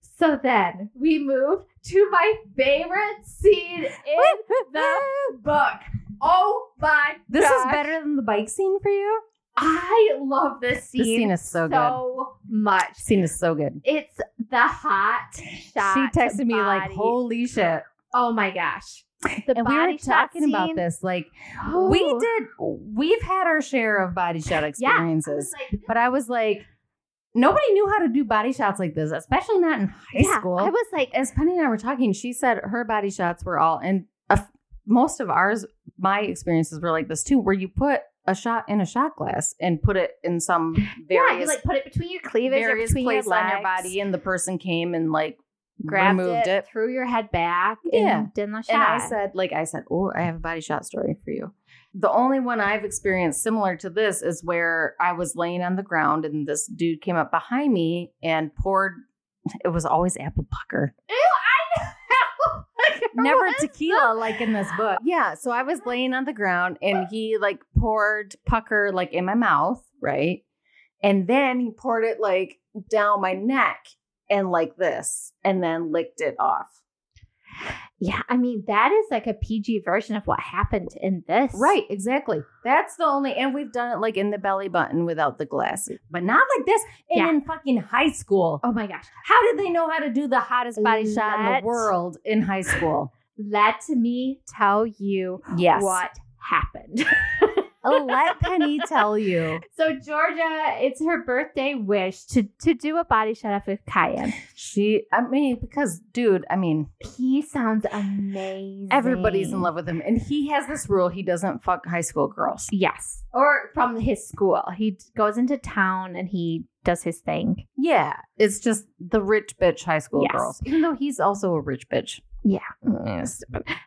Speaker 2: so then we moved to my favorite scene in the book. Oh my
Speaker 1: This is
Speaker 2: gosh.
Speaker 1: better than the bike scene for you.
Speaker 2: I love this scene,
Speaker 3: This scene is so good.
Speaker 2: so much.
Speaker 3: Scene is so good.
Speaker 2: It's the hot shot.
Speaker 3: she texted me like,
Speaker 2: body.
Speaker 3: "Holy shit!"
Speaker 2: oh my gosh!" The
Speaker 3: and we were
Speaker 2: body shot
Speaker 3: talking about
Speaker 2: scene. Oh,
Speaker 3: this. Like,
Speaker 2: Ooh.
Speaker 3: we did. We've had our share of body shot
Speaker 2: I
Speaker 3: experiences,
Speaker 2: was like,
Speaker 3: but I was like, nobody knew how to do body shots like this, especially not in high
Speaker 2: yeah,
Speaker 3: school.
Speaker 2: I was like,
Speaker 3: as Penny and I were talking, she said her body shots were all, and a f- most of ours, my experiences were like this too, where you put a shot in a shot glass and put it in some
Speaker 2: yeah, you
Speaker 3: various,
Speaker 2: like put it between your cleavage or
Speaker 3: various
Speaker 2: between your
Speaker 3: place
Speaker 2: legs,
Speaker 3: on your body, and the person came and like
Speaker 2: grabbed
Speaker 3: removed it.
Speaker 2: threw your head back,
Speaker 3: Yeah.
Speaker 2: and did the shot.
Speaker 3: And I said, like I said, oh, I have a body shot story for you. The only one I've experienced similar to this is where I was laying on the ground and this dude came up behind me and poured. It was always apple pucker.
Speaker 2: Ew, I know.
Speaker 3: never
Speaker 2: What?
Speaker 3: tequila like in this book. Yeah, so I was laying on the ground and he like poured pucker like in my mouth, right? And then he poured it like down my neck and like this and then licked it off.
Speaker 2: Yeah, I mean that is like a PG version of what happened in this.
Speaker 3: Right, exactly. That's the only and we've done it like in the belly button without the glass. But not like this and
Speaker 2: Yeah.
Speaker 3: in fucking high school.
Speaker 2: Oh my gosh.
Speaker 3: How did they know how to do the hottest body shot in
Speaker 2: Let-
Speaker 3: the world in high school?
Speaker 2: Let me tell you
Speaker 3: Yes.
Speaker 2: what happened.
Speaker 1: Oh, let Penny tell you.
Speaker 2: So Georgia, it's her birthday wish to to do a body shot up with Kyan.
Speaker 3: She I mean because dude, I mean
Speaker 2: He sounds amazing.
Speaker 3: Everybody's in love with him. And he has this rule he doesn't fuck high school girls.
Speaker 2: Yes, or from his school. He d- goes into town and he does his thing.
Speaker 3: Yeah. It's just the rich bitch high school
Speaker 2: Yes.
Speaker 3: girls. Even though he's also a rich bitch.
Speaker 2: Yeah.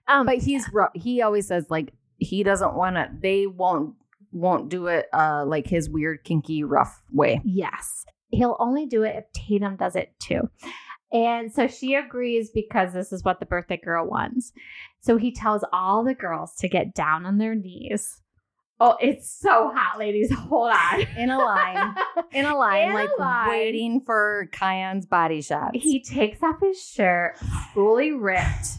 Speaker 2: Um,
Speaker 3: But he's ru- he always says like he doesn't want to they won't won't do it uh like his weird kinky rough way.
Speaker 2: yes, he'll only do it if Tatum does it too. And so she agrees because this is what the birthday girl wants. So he tells all the girls to get down on their knees. Oh, it's so hot, ladies. Hold on.
Speaker 3: In a line, in a line
Speaker 2: In a
Speaker 3: like
Speaker 2: line.
Speaker 3: waiting for Kyan's body shots.
Speaker 2: He takes off his shirt, fully ripped,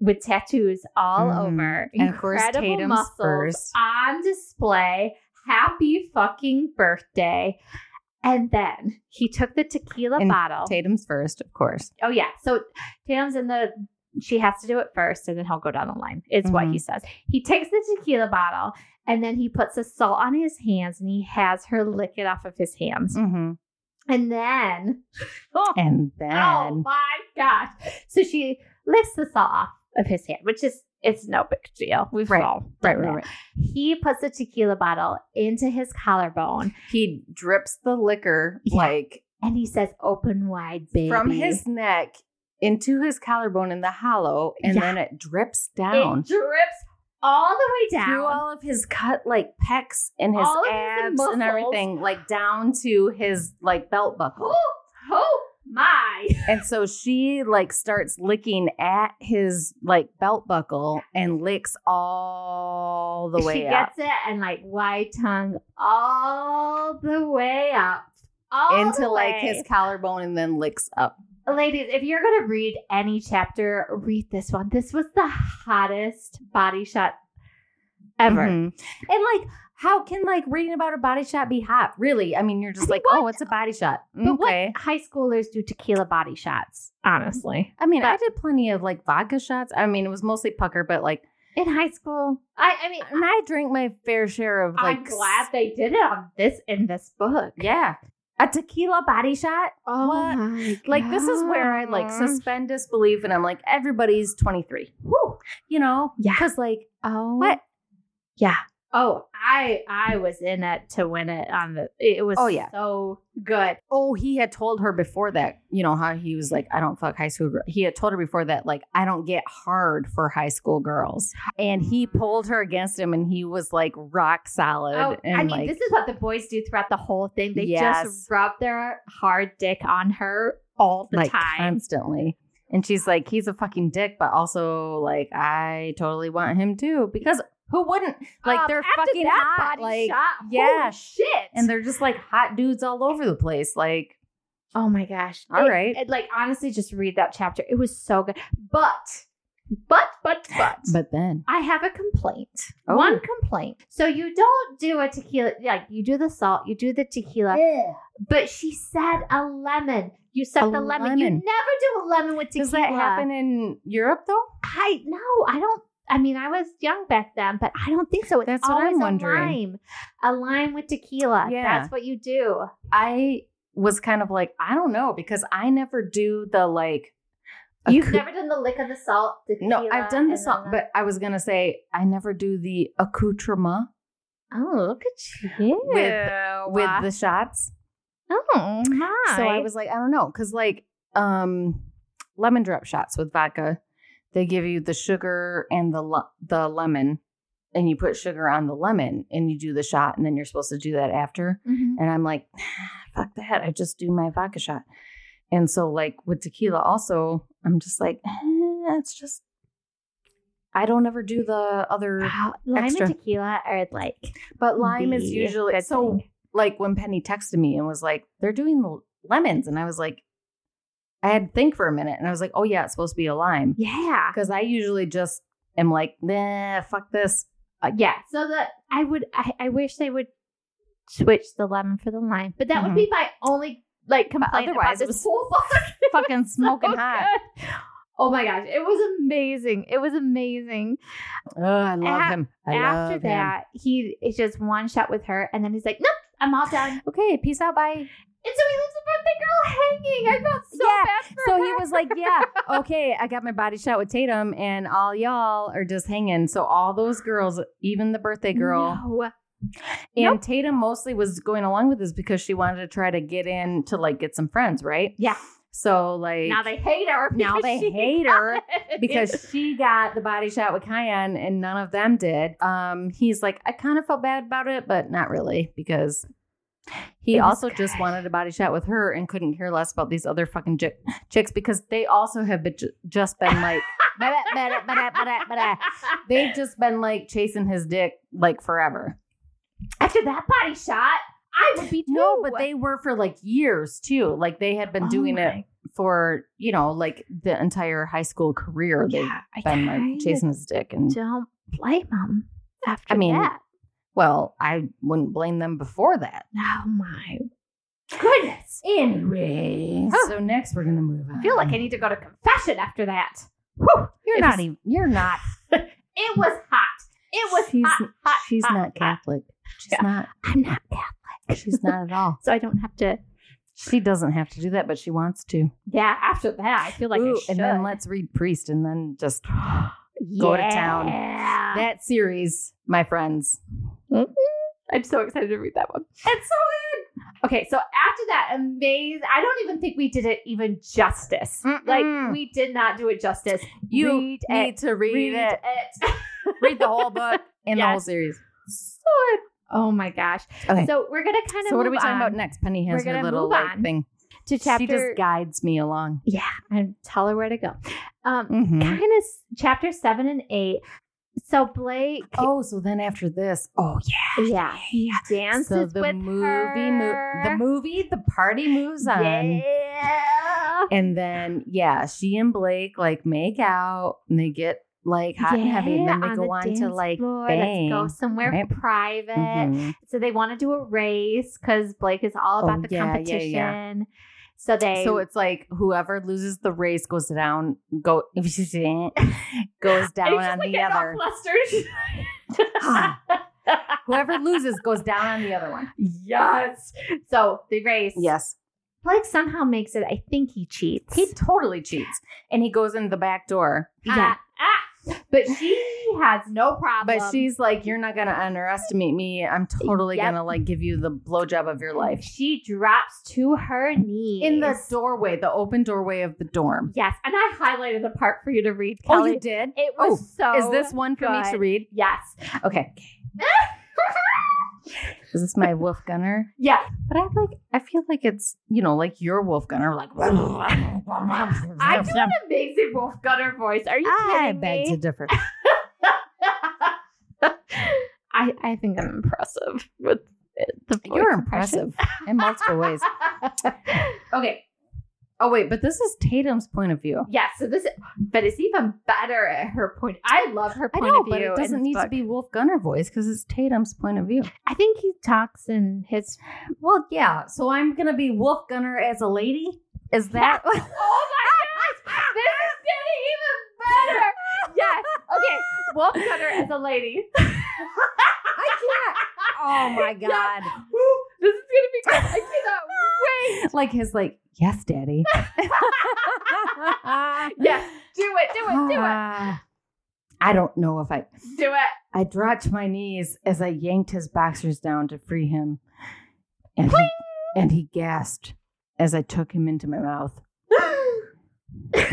Speaker 2: with tattoos all
Speaker 3: Mhm.
Speaker 2: over,
Speaker 3: And of course,
Speaker 2: incredible
Speaker 3: Tatum's
Speaker 2: muscles
Speaker 3: first.
Speaker 2: on display. Happy fucking birthday! And then he took the tequila
Speaker 3: And
Speaker 2: bottle.
Speaker 3: Tatum's first, of course.
Speaker 2: oh yeah, so Tatum's in the. She has to do it first, and then he'll go down the line. Is what
Speaker 3: Mm-hmm.
Speaker 2: he says. He takes the tequila bottle, and then he puts the salt on his hands, and he has her lick it off of his hands,
Speaker 3: Mm-hmm.
Speaker 2: and then.
Speaker 3: And then
Speaker 2: Oh my gosh. So she lifts the salt off of his hand, which is it's no big deal. We've
Speaker 3: Right,
Speaker 2: all
Speaker 3: right,
Speaker 2: done
Speaker 3: right,
Speaker 2: that.
Speaker 3: right.
Speaker 2: He puts the tequila bottle into his collarbone
Speaker 3: He drips the liquor
Speaker 2: Yeah.
Speaker 3: like
Speaker 2: and he says, "Open wide, baby."
Speaker 3: from his neck into his collarbone in the hollow, and
Speaker 2: Yeah.
Speaker 3: then it drips
Speaker 2: it
Speaker 3: down
Speaker 2: drips all the way
Speaker 3: through
Speaker 2: down.
Speaker 3: all of his cut like pecs and his
Speaker 2: All of his
Speaker 3: abs and
Speaker 2: muscles.
Speaker 3: everything, like down to his like belt buckle.
Speaker 2: Oh, oh my!
Speaker 3: and so she like starts licking at his like belt buckle and licks all the
Speaker 2: she
Speaker 3: way up.
Speaker 2: gets it and like wide tongue all the way up. All the
Speaker 3: Into like
Speaker 2: way.
Speaker 3: his collarbone and then licks up.
Speaker 2: Ladies, if you're going to read any chapter, read this one. This was the hottest body shot ever.
Speaker 3: Mhm.
Speaker 2: And like,
Speaker 3: How can like reading about a body shot be hot? Really? I mean, you're just like,
Speaker 2: what-
Speaker 3: oh, what's a body shot?
Speaker 2: But
Speaker 3: okay.
Speaker 2: what high schoolers do tequila body shots, honestly.
Speaker 3: I mean, I
Speaker 2: but-
Speaker 3: did plenty of like vodka shots. I mean, it was mostly pucker, but like,
Speaker 2: In high school, I, I mean,
Speaker 3: and I drank my fair share of like.
Speaker 2: I'm glad they did it on this in this book.
Speaker 3: Yeah. A tequila body shot.
Speaker 2: Oh
Speaker 3: What?
Speaker 2: my
Speaker 3: Like this is where I like
Speaker 2: gosh.
Speaker 3: suspend disbelief, and I'm like, everybody's 23. Woo. You know,
Speaker 2: Yeah.
Speaker 3: because like
Speaker 2: Oh,
Speaker 3: What?
Speaker 2: Yeah. Oh, I I was in it to win it on the. It was.
Speaker 3: Oh, yeah.
Speaker 2: so good.
Speaker 3: oh, he had told her before that, you know, how he was like, I don't fuck high school girls. He had told her before that, like, I don't get hard for high school girls. And he pulled her against him and he was like rock solid.
Speaker 2: Oh,
Speaker 3: and
Speaker 2: I mean,
Speaker 3: like,
Speaker 2: this is what the boys do throughout the whole thing. They
Speaker 3: Yes.
Speaker 2: just rub their hard dick on her all the
Speaker 3: like
Speaker 2: time.
Speaker 3: constantly. And she's like, he's a fucking dick, but also like, I totally want him too because who wouldn't? Like,
Speaker 2: Um,
Speaker 3: they're
Speaker 2: after
Speaker 3: fucking
Speaker 2: that
Speaker 3: hot,
Speaker 2: body
Speaker 3: like,
Speaker 2: shot,
Speaker 3: yeah.
Speaker 2: holy shit.
Speaker 3: and they're just like hot dudes all over the place. Like,
Speaker 2: Oh my gosh.
Speaker 3: All
Speaker 2: All
Speaker 3: right.
Speaker 2: right. like honestly, just read that chapter. It was so good. But, but, but, but,
Speaker 3: but then
Speaker 2: I have a complaint.
Speaker 3: Oh.
Speaker 2: One complaint. So you don't do a tequila, like you do the salt, you do the tequila, but she said a lemon. You said
Speaker 3: A
Speaker 2: the lemon. You
Speaker 3: lemon.
Speaker 2: never do a lemon with tequila.
Speaker 3: does that happen in Europe though?
Speaker 2: I no, I don't. I mean, I was young back then, but I don't think so. It's
Speaker 3: That's what
Speaker 2: always
Speaker 3: I'm wondering.
Speaker 2: a lime, a lime with tequila.
Speaker 3: Yeah.
Speaker 2: That's what you do.
Speaker 3: I was kind of like, I don't know, because I never do the like. a
Speaker 2: You've
Speaker 3: cou-
Speaker 2: never done the lick of the salt.
Speaker 3: no,
Speaker 2: tequila,
Speaker 3: I've done the
Speaker 2: and
Speaker 3: song,
Speaker 2: then the-
Speaker 3: but I was gonna say I never do the accoutrement
Speaker 2: oh, look at you
Speaker 3: with- with the shots.
Speaker 2: oh my.
Speaker 3: So I was like, I don't know, because like um, lemon drop shots with vodka, they give you the sugar and the le- the lemon, and you put sugar on the lemon, and you do the shot, and then you're supposed to do that after.
Speaker 2: Mhm.
Speaker 3: And I'm like, fuck that. I just do my vodka shot. And so, like with tequila, also, I'm just like, eh, it's just, I don't ever do the other,
Speaker 2: Wow, lime
Speaker 3: extra.
Speaker 2: and tequila are like
Speaker 3: but lime is
Speaker 2: the
Speaker 3: usually
Speaker 2: good
Speaker 3: so.
Speaker 2: thing.
Speaker 3: Like when Penny texted me and was like, they're doing the lemons. And I was like, I had to think for a minute and I was like, oh, yeah, it's supposed to be a lime.
Speaker 2: Yeah,
Speaker 3: Because I usually just am like, nah, fuck this.
Speaker 2: Uh, yeah. So that I would, I, I wish they would switch the lemon for the lime, but that
Speaker 3: Mhm.
Speaker 2: would be my only like complaint.
Speaker 3: otherwise
Speaker 2: Otherwise,
Speaker 3: it
Speaker 2: it was
Speaker 3: was
Speaker 2: whole book.
Speaker 3: Fucking smoking
Speaker 2: So
Speaker 3: hot.
Speaker 2: good. Oh my gosh, it was amazing! It was amazing.
Speaker 3: Oh, I love
Speaker 2: A-
Speaker 3: him. I love
Speaker 2: After
Speaker 3: him.
Speaker 2: that, he it's just one shot with her, and then he's like, "Nope, I'm all done." And
Speaker 3: Okay, peace out.
Speaker 2: so
Speaker 3: Bye.
Speaker 2: he leaves the birthday girl hanging. I felt so
Speaker 3: Yeah,
Speaker 2: bad for
Speaker 3: So
Speaker 2: her.
Speaker 3: he was like, Yeah, okay, I got my body shot with Tatum, and all y'all are just hanging. So all those girls, even the birthday
Speaker 2: Mm-hmm.
Speaker 3: girl,
Speaker 2: No.
Speaker 3: and
Speaker 2: Nope.
Speaker 3: Tatum mostly was going along with this because she wanted to try to get in to like get some friends, right?
Speaker 2: Yeah.
Speaker 3: So like
Speaker 2: Now they hate her.
Speaker 3: now
Speaker 2: because
Speaker 3: they
Speaker 2: she
Speaker 3: hate her
Speaker 2: got it.
Speaker 3: because she got the body shot with Kyan and none of them did. Um, he's like, I kind of felt bad about it, but not really because he
Speaker 2: It was
Speaker 3: also just
Speaker 2: good.
Speaker 3: wanted a body shot with her and couldn't care less about these other fucking j- chicks because they also have been ju- just been like, "Bah, bah, bah, bah, bah, bah, bah, bah, bah." they've just been like chasing his dick like forever.
Speaker 2: After that body shot, I would be too.
Speaker 3: No, but they were for like years too. Like they had been
Speaker 2: Oh
Speaker 3: doing
Speaker 2: my-
Speaker 3: it for you know like the entire high school career. They've
Speaker 2: Yeah, I
Speaker 3: been
Speaker 2: kinda
Speaker 3: like chasing his dick and
Speaker 2: Don't blame them. After
Speaker 3: I mean-
Speaker 2: that.
Speaker 3: Well, I wouldn't blame them before that.
Speaker 2: oh my goodness!
Speaker 3: Anyway,
Speaker 2: Huh.
Speaker 3: so next we're gonna move on.
Speaker 2: I feel like I need to go to confession after that.
Speaker 3: you're
Speaker 2: it
Speaker 3: not
Speaker 2: was-
Speaker 3: even. You're not.
Speaker 2: It was hot. It was
Speaker 3: She's-
Speaker 2: hot, hot.
Speaker 3: She's
Speaker 2: hot,
Speaker 3: not
Speaker 2: hot.
Speaker 3: Catholic. She's
Speaker 2: Yeah.
Speaker 3: not.
Speaker 2: I'm not Catholic.
Speaker 3: She's not at all.
Speaker 2: so I don't have to.
Speaker 3: She doesn't have to do that, but she wants to.
Speaker 2: Yeah. After that, I feel like I
Speaker 3: Ooh,
Speaker 2: should.
Speaker 3: and then let's read priest, and then just
Speaker 2: go
Speaker 3: to town. that series, my friends.
Speaker 2: Mm-hmm. I'm so excited to read that one. It's so good. Okay, so after that amazing, I don't even think we did it even justice.
Speaker 3: Mm-mm.
Speaker 2: Like we did not do it justice.
Speaker 3: You
Speaker 2: Read
Speaker 3: need
Speaker 2: it.
Speaker 3: to read, it.
Speaker 2: it.
Speaker 3: Read the whole book and the whole
Speaker 2: Yes.
Speaker 3: series.
Speaker 2: so good. Oh my gosh.
Speaker 3: Okay.
Speaker 2: So
Speaker 3: So,
Speaker 2: we're gonna kind of.
Speaker 3: what are we
Speaker 2: move
Speaker 3: talking
Speaker 2: on
Speaker 3: about next? Penny
Speaker 2: We're
Speaker 3: has her
Speaker 2: gonna
Speaker 3: little
Speaker 2: move
Speaker 3: like
Speaker 2: on
Speaker 3: thing.
Speaker 2: To chapter.
Speaker 3: She just guides me along.
Speaker 2: yeah, and tell her where to go. Um,
Speaker 3: Mhm.
Speaker 2: kind of s- chapter seven and eight. So Blake,
Speaker 3: Oh, so then after this, oh yeah,
Speaker 2: yeah, he dances
Speaker 3: So the
Speaker 2: with
Speaker 3: movie,
Speaker 2: her.
Speaker 3: the movie, the party moves on,
Speaker 2: Yeah.
Speaker 3: and then yeah, she and Blake like make out, and they get like hot and heavy, and then they
Speaker 2: Yeah,
Speaker 3: go
Speaker 2: the
Speaker 3: on to
Speaker 2: dance
Speaker 3: like
Speaker 2: floor.
Speaker 3: bang.
Speaker 2: Let's go somewhere
Speaker 3: right?
Speaker 2: private.
Speaker 3: Mhm.
Speaker 2: So they want to do a race because Blake is all about
Speaker 3: Oh,
Speaker 2: the
Speaker 3: yeah, yeah,
Speaker 2: competition.
Speaker 3: yeah.
Speaker 2: So they
Speaker 3: So it's like whoever loses the race goes down, go goes
Speaker 2: And
Speaker 3: down
Speaker 2: he's just
Speaker 3: on
Speaker 2: like
Speaker 3: the
Speaker 2: getting all
Speaker 3: other.
Speaker 2: flustered.
Speaker 3: Whoever loses goes down on the other one.
Speaker 2: yes. So the race.
Speaker 3: Yes,
Speaker 2: Blake somehow makes it. I think he cheats.
Speaker 3: he totally cheats, and he goes in the back door.
Speaker 2: yeah. Ah, But she has no problem.
Speaker 3: Ah, But she's like, "You're not gonna underestimate me. I'm totally
Speaker 2: Yep.
Speaker 3: gonna like give you the blowjob of your life."
Speaker 2: she drops to her knees
Speaker 3: In the doorway, the open doorway of the dorm.
Speaker 2: Yes, and I highlighted the part for you to read.
Speaker 3: Oh,
Speaker 2: Kelly.
Speaker 3: you did?
Speaker 2: It
Speaker 3: Oh,
Speaker 2: was so.
Speaker 3: Is this one for me to
Speaker 2: good.
Speaker 3: read?
Speaker 2: Yes.
Speaker 3: Okay. Is this my Wolf Gunner?
Speaker 2: Yeah.
Speaker 3: But I like. I feel like it's you know like your Wolf Gunner. Like I
Speaker 2: I do an amazing Wolf Gunner voice. Are you
Speaker 1: I
Speaker 2: kidding
Speaker 1: beg to
Speaker 2: me?
Speaker 1: differ.
Speaker 2: I, I think I'm impressive with it- the voice
Speaker 3: You're
Speaker 2: impression.
Speaker 3: impressive in multiple ways. Okay. Oh wait, but this is Tatum's point of view.
Speaker 2: yeah, so this, but it's even better at her point. I love her
Speaker 3: I
Speaker 2: point
Speaker 3: know,
Speaker 2: of view.
Speaker 3: but it
Speaker 2: in
Speaker 3: doesn't
Speaker 2: this
Speaker 3: need to
Speaker 2: book.
Speaker 3: be Wolf Gunner voice because it's Tatum's point of view.
Speaker 2: I think he talks in his.
Speaker 1: Well, yeah. So I'm gonna be Wolf Gunner as a lady. Is that?
Speaker 2: Oh my gosh! This is getting even better. Yes. Okay. Wolf Gunner as a lady.
Speaker 1: I can't. Oh my
Speaker 2: Yeah.
Speaker 1: god.
Speaker 2: Woo, this is gonna be great. I cannot wait.
Speaker 1: Like his like yes, daddy.
Speaker 2: Yes, do it, do it, do it,
Speaker 1: Ah. I don't know if I
Speaker 2: do it.
Speaker 1: I dropped to my knees as I yanked his boxers down to free him. And he, and he gasped as I took him into my mouth.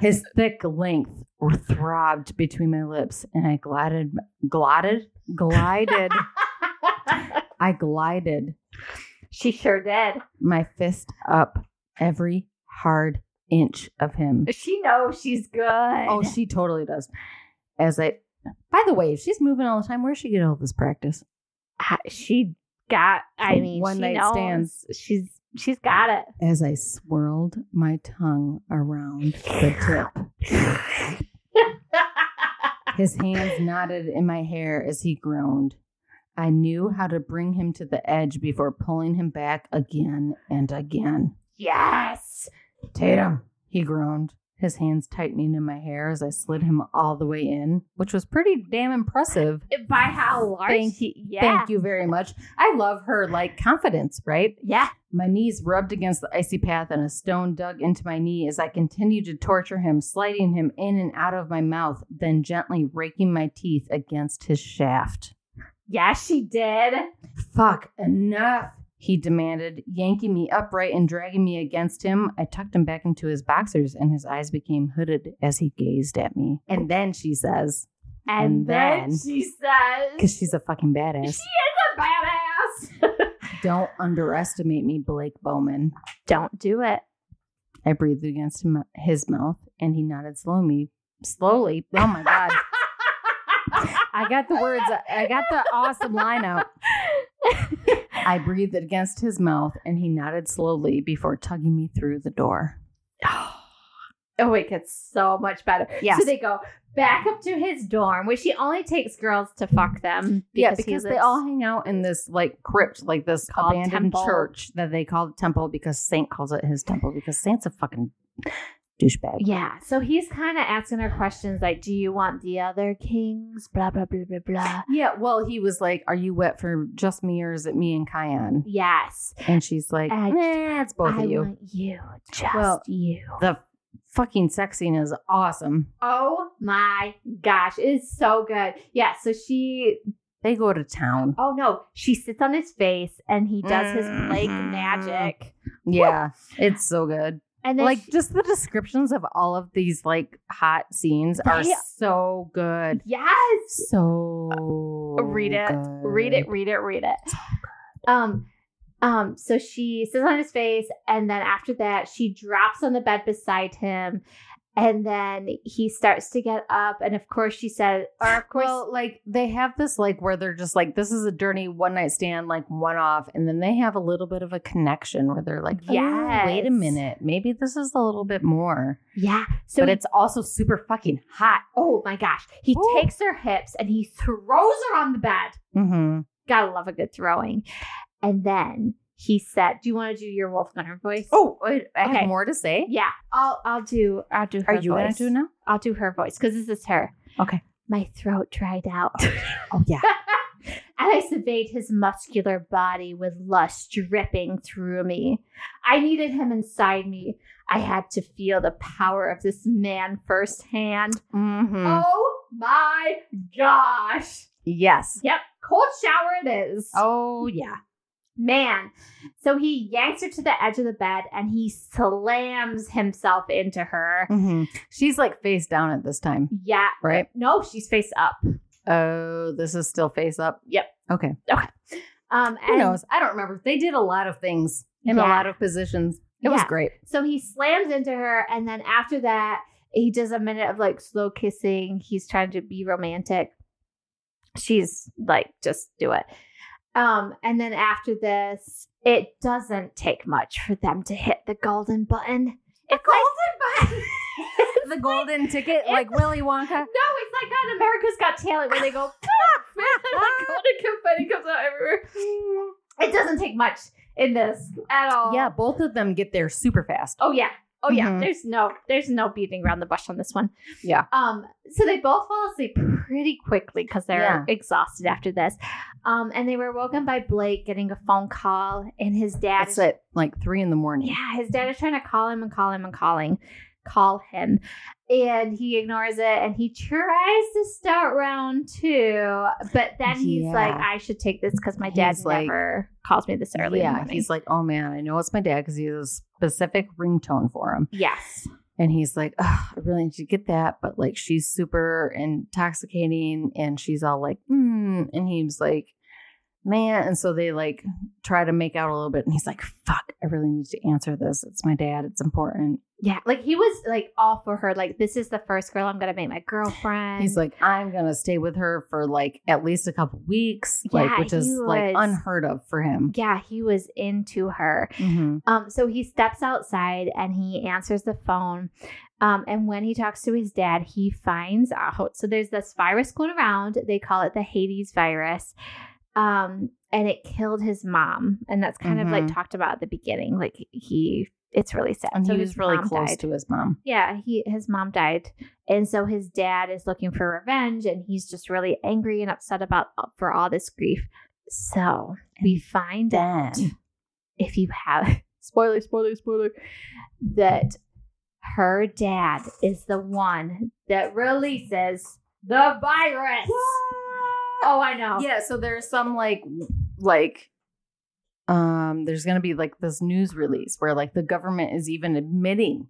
Speaker 1: His thick length throbbed between my lips, and I glided, glided, glided. I glided
Speaker 2: she sure did.
Speaker 1: my fist up every hard inch of him.
Speaker 2: She knows she's good.
Speaker 1: Oh, she totally does. As I, by the way, if she's moving all the time, where's she get all this practice?
Speaker 2: Ah, she got. I mean,
Speaker 3: One
Speaker 2: she
Speaker 3: night
Speaker 2: knows.
Speaker 3: stands.
Speaker 2: She's she's got it.
Speaker 1: as I swirled my tongue around the tip. His hands knotted in my hair as he groaned. I knew how to bring him to the edge before pulling him back again and again.
Speaker 2: yes.
Speaker 1: Tatum,
Speaker 3: He groaned, his hands tightening in my hair as I slid him all the way in, which was pretty damn impressive.
Speaker 2: By how large?
Speaker 3: Thank-
Speaker 2: she, yeah.
Speaker 3: Thank you very much. I love her like confidence, right?
Speaker 2: Yeah.
Speaker 3: My knees rubbed against the icy path and a stone dug into my knee as I continued to torture him, sliding him in and out of my mouth, then gently raking my teeth against his shaft.
Speaker 2: Yeah, she did.
Speaker 3: Fuck, enough, he demanded, yanking me upright and dragging me against him. I tucked him back into his boxers and his eyes became hooded as he gazed at me. And then she says,
Speaker 2: And,
Speaker 3: And
Speaker 2: then,
Speaker 3: then-
Speaker 2: she
Speaker 3: because
Speaker 2: says,
Speaker 3: she's a fucking
Speaker 2: "She
Speaker 3: badass,
Speaker 2: is a badass."
Speaker 3: don't underestimate me, Blake Bowman.
Speaker 2: Don't do it.
Speaker 3: I breathed against him, his mouth and he nodded slowly. Slowly. Oh my God. I got the words, I got the awesome line out. I breathed against his mouth and he nodded slowly before tugging me through the door.
Speaker 2: oh, it gets so much better.
Speaker 3: Yes.
Speaker 2: So they go back up to his dorm, which he only takes girls to fuck them.
Speaker 3: yeah,
Speaker 2: he
Speaker 3: because they
Speaker 2: lives-
Speaker 3: all hang out in this like crypt, like this
Speaker 2: Called
Speaker 3: abandoned
Speaker 2: temple.
Speaker 3: church that they call the temple because Saint calls it his temple because Saint's a fucking douchebag.
Speaker 2: Yeah. So he's kind of asking her questions like, "Do you want the other kings?" Blah blah blah blah blah.
Speaker 3: Yeah, well, he was like, "Are you wet for just me, or is it me and Kion?"
Speaker 2: Yes.
Speaker 3: And she's like,
Speaker 2: I-
Speaker 3: "Nah, it's both
Speaker 2: I
Speaker 3: of you."
Speaker 2: want you, just
Speaker 3: Well-
Speaker 2: you.
Speaker 3: the fucking sex scene is awesome.
Speaker 2: Oh my gosh, it is so good. Yeah. So she
Speaker 3: They go to town.
Speaker 2: Oh no, she sits on his face and he does his Blake
Speaker 3: Mhm.
Speaker 2: magic.
Speaker 3: Yeah, it's so good.
Speaker 2: And then
Speaker 3: Like
Speaker 2: she-
Speaker 3: just the descriptions of all of these like hot scenes are
Speaker 2: They-
Speaker 3: so good.
Speaker 2: yes,
Speaker 3: So
Speaker 2: read it, read it, read it, read it. Um, um. So she sits on his face, and then after that, she drops on the bed beside him, And then he starts to get up. And of course, she said, or of course,
Speaker 3: Well, like they have this like where they're just like this is a dirty one night stand, like one off, and then they have a little bit of a connection where they're like, yeah, wait a
Speaker 2: Yes.
Speaker 3: minute, maybe this is a little bit more.
Speaker 2: yeah. So
Speaker 3: but
Speaker 2: he-
Speaker 3: it's also super fucking hot.
Speaker 2: oh my gosh. He
Speaker 3: Ooh.
Speaker 2: takes her hips and he throws her on the bed.
Speaker 3: Mm-hmm.
Speaker 2: Gotta love a good throwing. And then he said, Do you want to do your Wolf Gunner voice?
Speaker 3: Oh, wait, I
Speaker 2: Okay.
Speaker 3: have more to say.
Speaker 2: Yeah, I'll I'll do I'll do her
Speaker 3: Are you
Speaker 2: voice.
Speaker 3: gonna do it now?
Speaker 2: I'll do her voice because this is her.
Speaker 3: Okay.
Speaker 2: My throat dried out.
Speaker 3: Oh yeah.
Speaker 2: and I surveyed his muscular body with lust dripping through me. I needed him inside me. I had to feel the power of this man firsthand.
Speaker 3: Mm-hmm.
Speaker 2: Oh my gosh.
Speaker 3: Yes.
Speaker 2: Yep, cold shower it is.
Speaker 3: Oh yeah.
Speaker 2: Man. So he yanks her to the edge of the bed and he slams himself into her.
Speaker 3: Mm-hmm. She's like face down at this time,
Speaker 2: Yeah.
Speaker 3: right?
Speaker 2: No, she's face up.
Speaker 3: Oh, this is still face up.
Speaker 2: Um,
Speaker 3: Who
Speaker 2: and
Speaker 3: knows? I don't remember. They did a lot of things in
Speaker 2: Yeah.
Speaker 3: a lot of positions. It was
Speaker 2: Yeah.
Speaker 3: great.
Speaker 2: So he slams into her, and then after that, he does a minute of like slow kissing. He's trying to be romantic. She's like, just do it. Um, and then after this, it doesn't take much for them to hit the golden button. It's golden button.
Speaker 3: the golden ticket,
Speaker 2: It's-
Speaker 3: like Willy Wonka.
Speaker 2: No, it's like on America's Got Talent where they go, like, golden confetti comes out everywhere. It doesn't take much in this at all.
Speaker 3: Yeah, both of them get there super fast.
Speaker 2: Oh yeah. Oh yeah.
Speaker 3: Mhm.
Speaker 2: There's no there's no beating around the bush on this one.
Speaker 3: Yeah.
Speaker 2: Um so they both fall asleep pretty quickly cuz they're
Speaker 3: Yeah.
Speaker 2: exhausted after this. Um and they were woken by Blake getting a phone call and his dad
Speaker 3: That's
Speaker 2: is,
Speaker 3: at like three in the morning.
Speaker 2: Yeah, his dad is trying to call him and call him and calling call him. And he ignores it and he tries to start round 2, but then he's
Speaker 3: Yeah.
Speaker 2: like I should take this cuz my dad
Speaker 3: He's like-
Speaker 2: never calls me this early. in the
Speaker 3: yeah,
Speaker 2: morning."
Speaker 3: he's like, oh man, I know it's my dad because he has a specific ringtone for him.
Speaker 2: yes.
Speaker 3: And he's like, oh, I really need to get that. But like, she's super intoxicating and she's all like, hmm. And he's like, man. And so they like try to make out a little bit. And he's like, fuck, I really need to answer this. It's my dad. It's important.
Speaker 2: Yeah, like he was like all for her. Like this is the first girl I'm gonna make my girlfriend.
Speaker 3: He's like, I'm gonna stay with her for like at least a couple weeks, like
Speaker 2: Yeah,
Speaker 3: which is
Speaker 2: he
Speaker 3: like
Speaker 2: was-
Speaker 3: unheard of for him. Mm-hmm.
Speaker 2: yeah, he was into her. Um, so he steps outside and he answers the phone. Um, and when he talks to his dad, he finds out. So there's this virus going around. They call it the Hades virus. Um, and it killed his mom. And that's kind of like
Speaker 3: Mhm.
Speaker 2: talked about at the beginning. Like he, it's really sad.
Speaker 3: And
Speaker 2: so
Speaker 3: he
Speaker 2: his
Speaker 3: was really
Speaker 2: mom
Speaker 3: close
Speaker 2: died.
Speaker 3: to his mom.
Speaker 2: Yeah, he his mom died, and so his dad is looking for revenge, and he's just really angry and upset about uh, for all this grief. So we find out
Speaker 3: Then.
Speaker 2: if you have spoiler, spoiler, spoiler, that her dad is the one that releases the virus. Oh, I know.
Speaker 3: Yeah, so there's some like like um there's gonna be like this news release where like the government is even admitting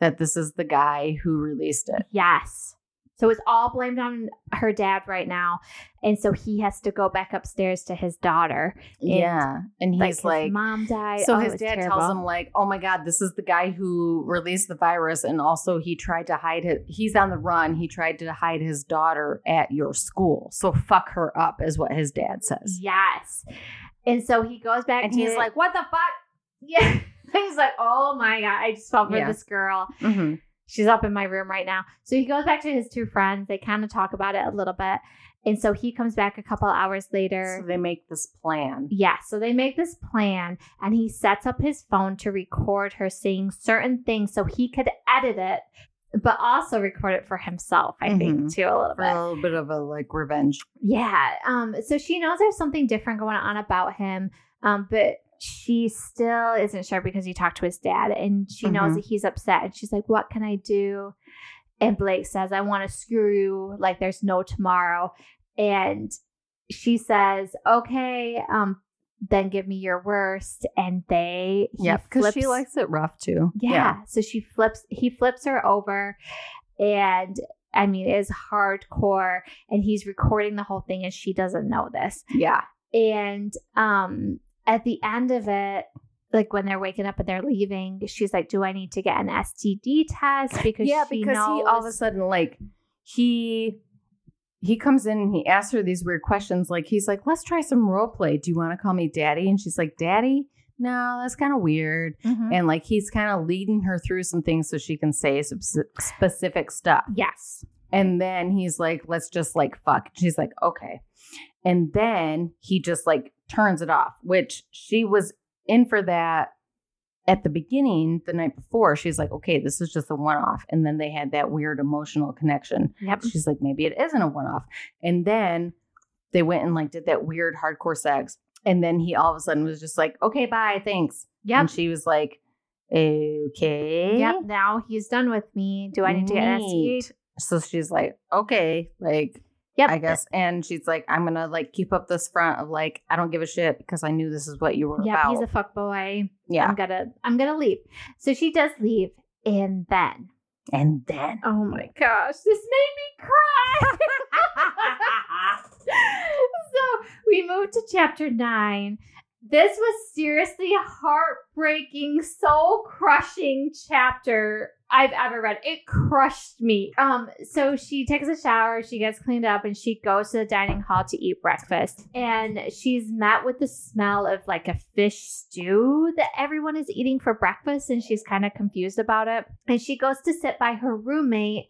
Speaker 3: that this is the guy who released it.
Speaker 2: Yes. So it's all blamed on her dad right now, and so he has to go back upstairs to his daughter.
Speaker 3: yeah. And
Speaker 2: like
Speaker 3: he's
Speaker 2: his
Speaker 3: like,
Speaker 2: mom died.
Speaker 3: so
Speaker 2: Oh, it
Speaker 3: his
Speaker 2: was
Speaker 3: dad
Speaker 2: terrible.
Speaker 3: tells him like, "Oh my God, this is the guy who released the virus, and also he tried to hide it. He's on the run. He tried to hide his daughter at your school. So fuck her up," is what his dad says.
Speaker 2: yes. And so he goes back
Speaker 3: And
Speaker 2: to
Speaker 3: he's like, "What the fuck?"
Speaker 2: yeah. he's like, oh my god, I just fell for
Speaker 3: Yeah.
Speaker 2: this girl.
Speaker 3: Mm-hmm.
Speaker 2: She's up in my room right now. So he goes back to his two friends. They kind of talk about it a little bit. And so he comes back a couple hours later.
Speaker 3: So they make this plan.
Speaker 2: Yeah, so they make this plan and he sets up his phone to record her saying certain things so he could edit it, but also record it for himself, I think,
Speaker 3: Mhm.
Speaker 2: too, a little
Speaker 3: For
Speaker 2: bit.
Speaker 3: a little bit of a like revenge.
Speaker 2: Yeah. Um, so she knows there's something different going on about him, um, but she still isn't sure because he talked to his dad and she knows
Speaker 3: Mhm.
Speaker 2: that he's upset. And she's like, What can I do? And Blake says, I want to screw you like there's no tomorrow. And she says, Okay, um, then give me your worst. And they, he
Speaker 3: Yeah, because she
Speaker 2: flips-
Speaker 3: likes it rough too.
Speaker 2: yeah. So she flips, he flips her over and I mean, it is hardcore and he's recording the whole thing and she doesn't know this.
Speaker 3: yeah,
Speaker 2: And um at the end of it, like when they're waking up and they're leaving, she's like, "Do I need to get an STD test?" Because
Speaker 3: yeah,
Speaker 2: she
Speaker 3: because he all of a
Speaker 2: knows-
Speaker 3: sudden like he he comes in and he asks her these weird questions. Like he's like, "Let's try some role play. Do you want to call me daddy?" And she's like, "Daddy." No, that's kind of weird.
Speaker 2: Mhm.
Speaker 3: And like he's kind of leading her through some things so she can say some s- specific stuff.
Speaker 2: yes,
Speaker 3: And then he's like, let's just like fuck. She's like, okay. And then he just like turns it off, which she was in for that at the beginning the night before. She's like, okay, this is just a one off. And then they had that weird emotional connection.
Speaker 2: yep,
Speaker 3: She's like, maybe it isn't a one off. And then they went and like did that weird hardcore sex. And then he all of a sudden was just like, okay, bye, thanks.
Speaker 2: yep,
Speaker 3: And she was like, okay.
Speaker 2: yep. Now he's done with me. Do I need to get an STD?
Speaker 3: Neat. So she's like, okay, like,
Speaker 2: Yep,
Speaker 3: I guess. And she's like, I'm gonna like keep up this front of like, I don't give a shit because I knew this is what you were
Speaker 2: Yep,
Speaker 3: about.
Speaker 2: he's a fuck boy.
Speaker 3: yeah.
Speaker 2: I'm gonna, I'm gonna leave. So she does leave, and then
Speaker 3: And then
Speaker 2: Oh my gosh, this made me cry. so we moved to chapter nine. This was seriously a heartbreaking, soul crushing chapter I've ever read. It crushed me. Um, so she takes a shower, she gets cleaned up, and she goes to the dining hall to eat breakfast. And she's met with the smell of like a fish stew that everyone is eating for breakfast, and she's kind of confused about it. And she goes to sit by her roommate,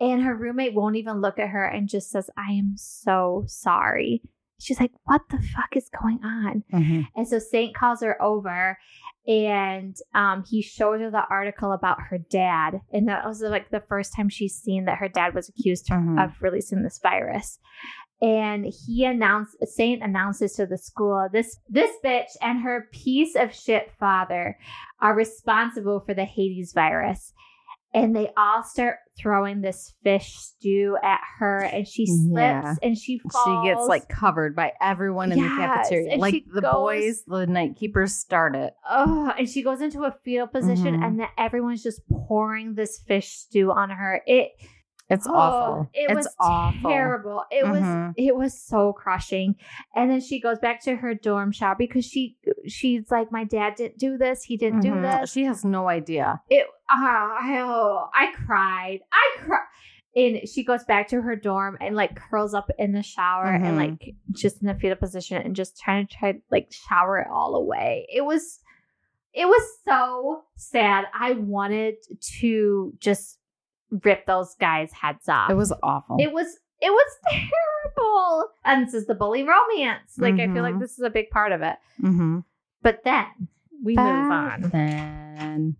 Speaker 2: and her roommate won't even look at her and just says, I am so sorry. She's like, What the fuck is going on? And so Saint calls her over and um, he shows her the article about her dad. And that was like the first time she's seen that her dad was accused
Speaker 3: Mhm.
Speaker 2: of releasing this virus. And he announced Saint announces to the school, this this bitch and her piece of shit father are responsible for the Hades virus. And they all start throwing this fish stew at her, and she slips
Speaker 3: Yeah.
Speaker 2: and she falls.
Speaker 3: she gets like covered by everyone in the
Speaker 2: Yes,
Speaker 3: cafeteria.
Speaker 2: and
Speaker 3: Like
Speaker 2: she
Speaker 3: the
Speaker 2: goes-
Speaker 3: boys, the night keepers start it.
Speaker 2: oh, and she goes into a fetal position,
Speaker 3: Mhm.
Speaker 2: and then everyone's just pouring this fish stew on her. It
Speaker 3: It's
Speaker 2: oh,
Speaker 3: awful.
Speaker 2: It
Speaker 3: it's
Speaker 2: was
Speaker 3: awful.
Speaker 2: terrible. It was
Speaker 3: Mhm.
Speaker 2: it was so crushing. And then she goes back to her dorm shower because she she's like, my dad didn't do this. He didn't do
Speaker 3: Mhm.
Speaker 2: this.
Speaker 3: She has no idea.
Speaker 2: It oh, I- oh, I cried. I cried. And she goes back to her dorm and like curls up in the shower and
Speaker 3: Mhm.
Speaker 2: like just in the fetal position and just trying to try like shower it all away. It was it was so sad. I wanted to just rip those guys' heads off.
Speaker 3: It was awful.
Speaker 2: It was it was terrible. And this is the bully romance. Like I feel like
Speaker 3: Mhm.
Speaker 2: this is a big part of it.
Speaker 3: mm-hmm.
Speaker 2: But then we move on.
Speaker 3: Then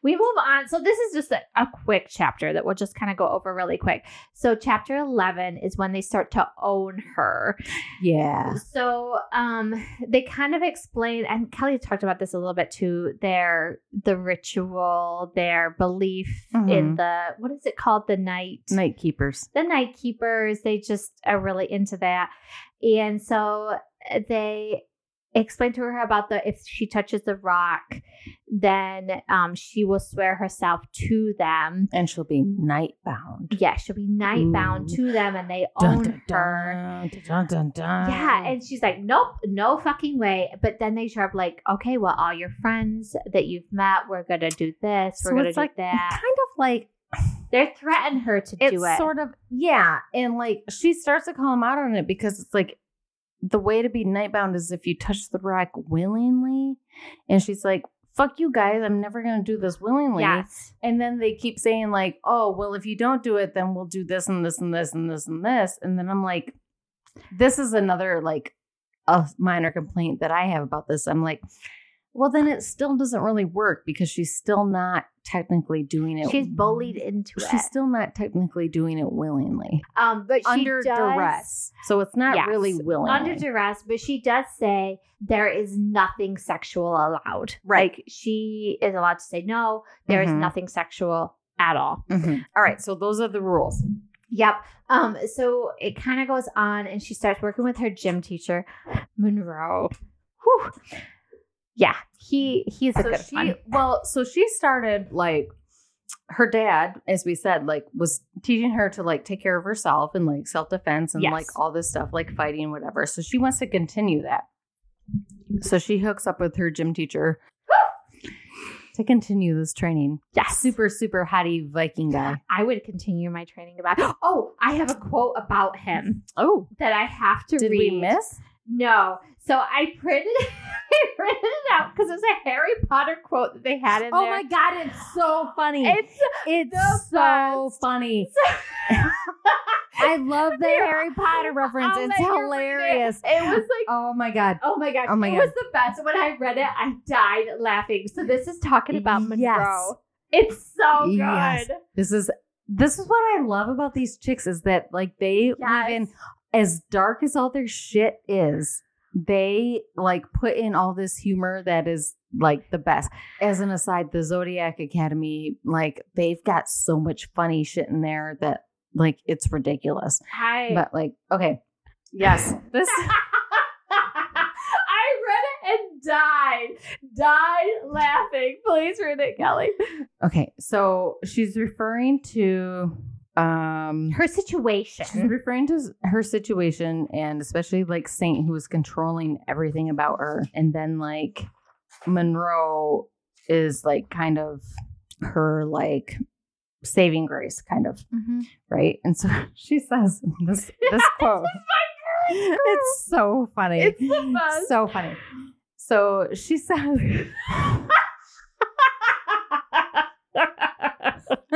Speaker 2: We move on. So this is just a, a quick chapter that we'll just kind of go over really quick. So chapter 11 is when they start to own her.
Speaker 3: yeah.
Speaker 2: So um they kind of explain and Kelly talked about this a little bit too their the ritual, their belief in
Speaker 3: Mhm.
Speaker 2: the what is it called the night
Speaker 3: Night keepers.
Speaker 2: the night keepers they just are really into that and so eh, they explained to her about the if she touches the rock then um, she will swear herself to them
Speaker 3: And she'll be nightbound.
Speaker 2: yeah she'll be nightbound
Speaker 3: Ooh.
Speaker 2: to them and they
Speaker 3: Dun,
Speaker 2: own
Speaker 3: dun,
Speaker 2: her
Speaker 3: dun, dun, dun, dun.
Speaker 2: yeah, and she's like, nope, no fucking way. But then they show up like, okay, well, all your friends that you've met, we're gonna do this, we're
Speaker 3: So
Speaker 2: gonna
Speaker 3: it's
Speaker 2: do
Speaker 3: like-
Speaker 2: that.
Speaker 3: kind of like
Speaker 2: They threaten her to
Speaker 3: it's
Speaker 2: do it.
Speaker 3: sort of yeah and like she starts to call him out on it because it's like the way to be nightbound is if you touch the rack willingly and she's like fuck you guys i'm never going to do this willingly
Speaker 2: yes,
Speaker 3: and then they keep saying like oh well if you don't do it then we'll do this and this and this and this and this and then i'm like this is another like a minor complaint that i have about this i'm like well then it still doesn't really work because she's still not technically doing it
Speaker 2: she's bullied into it.
Speaker 3: She's still not technically doing it willingly.
Speaker 2: Um, but she
Speaker 3: under
Speaker 2: does,
Speaker 3: duress. So it's not
Speaker 2: Yes.
Speaker 3: really willing.
Speaker 2: under duress, but she does say there is nothing sexual allowed.
Speaker 3: Right.
Speaker 2: Like she is allowed to say no. There is
Speaker 3: Mhm.
Speaker 2: nothing sexual at all.
Speaker 3: Mm-hmm. All right. So those are the rules.
Speaker 2: Yep. Um. So it kind of goes on, and she starts working with her gym teacher, Monroe. Whew. Yeah. He he's a
Speaker 3: so
Speaker 2: good
Speaker 3: she
Speaker 2: one.
Speaker 3: well, so she started like her dad, as we said, like was teaching her to like take care of herself and like self defense and
Speaker 2: Yes.
Speaker 3: like all this stuff, like fighting, whatever. So she wants to continue that. So she hooks up with her gym teacher to continue this training.
Speaker 2: Yes.
Speaker 3: Super, super hottie Viking guy.
Speaker 2: I would continue my training about. Oh, I have a quote about him
Speaker 3: Oh,
Speaker 2: that I have to
Speaker 3: did
Speaker 2: read.
Speaker 3: we miss?
Speaker 2: No. So I printed I printed it out because it's a Harry Potter quote that they had in
Speaker 3: Oh
Speaker 2: there.
Speaker 3: my God, it's so funny.
Speaker 2: It's
Speaker 3: It's
Speaker 2: the
Speaker 3: so
Speaker 2: best.
Speaker 3: funny. I love the
Speaker 2: Here,
Speaker 3: Harry Potter reference.
Speaker 2: I'll
Speaker 3: It's
Speaker 2: let you read
Speaker 3: hilarious.
Speaker 2: It was like
Speaker 3: Oh my God.
Speaker 2: Oh my gosh.
Speaker 3: Oh my
Speaker 2: it was the best. When I read it, I died laughing. So this is talking about Monroe.
Speaker 3: Yes.
Speaker 2: It's so good.
Speaker 3: Yes. This is this is what I love about these chicks is that like they
Speaker 2: Yes.
Speaker 3: live in as dark as all their shit is, they like put in all this humor that is like the best. As an aside, the Zodiac Academy, like they've got so much funny shit in there that like it's ridiculous.
Speaker 2: I
Speaker 3: But like, okay. Yes. This
Speaker 2: I read it and died. Died laughing. Please read it, Kelly.
Speaker 3: Okay. So she's referring to um
Speaker 2: Her
Speaker 3: She's
Speaker 2: situation.
Speaker 3: referring to s- her situation and especially like Saint, who was controlling everything about her. And then like Monroe is like kind of her like saving grace, kind of,
Speaker 2: Mm-hmm.
Speaker 3: right? And so she says this this quote. it's so funny.
Speaker 2: It's the best.
Speaker 3: so funny. So she says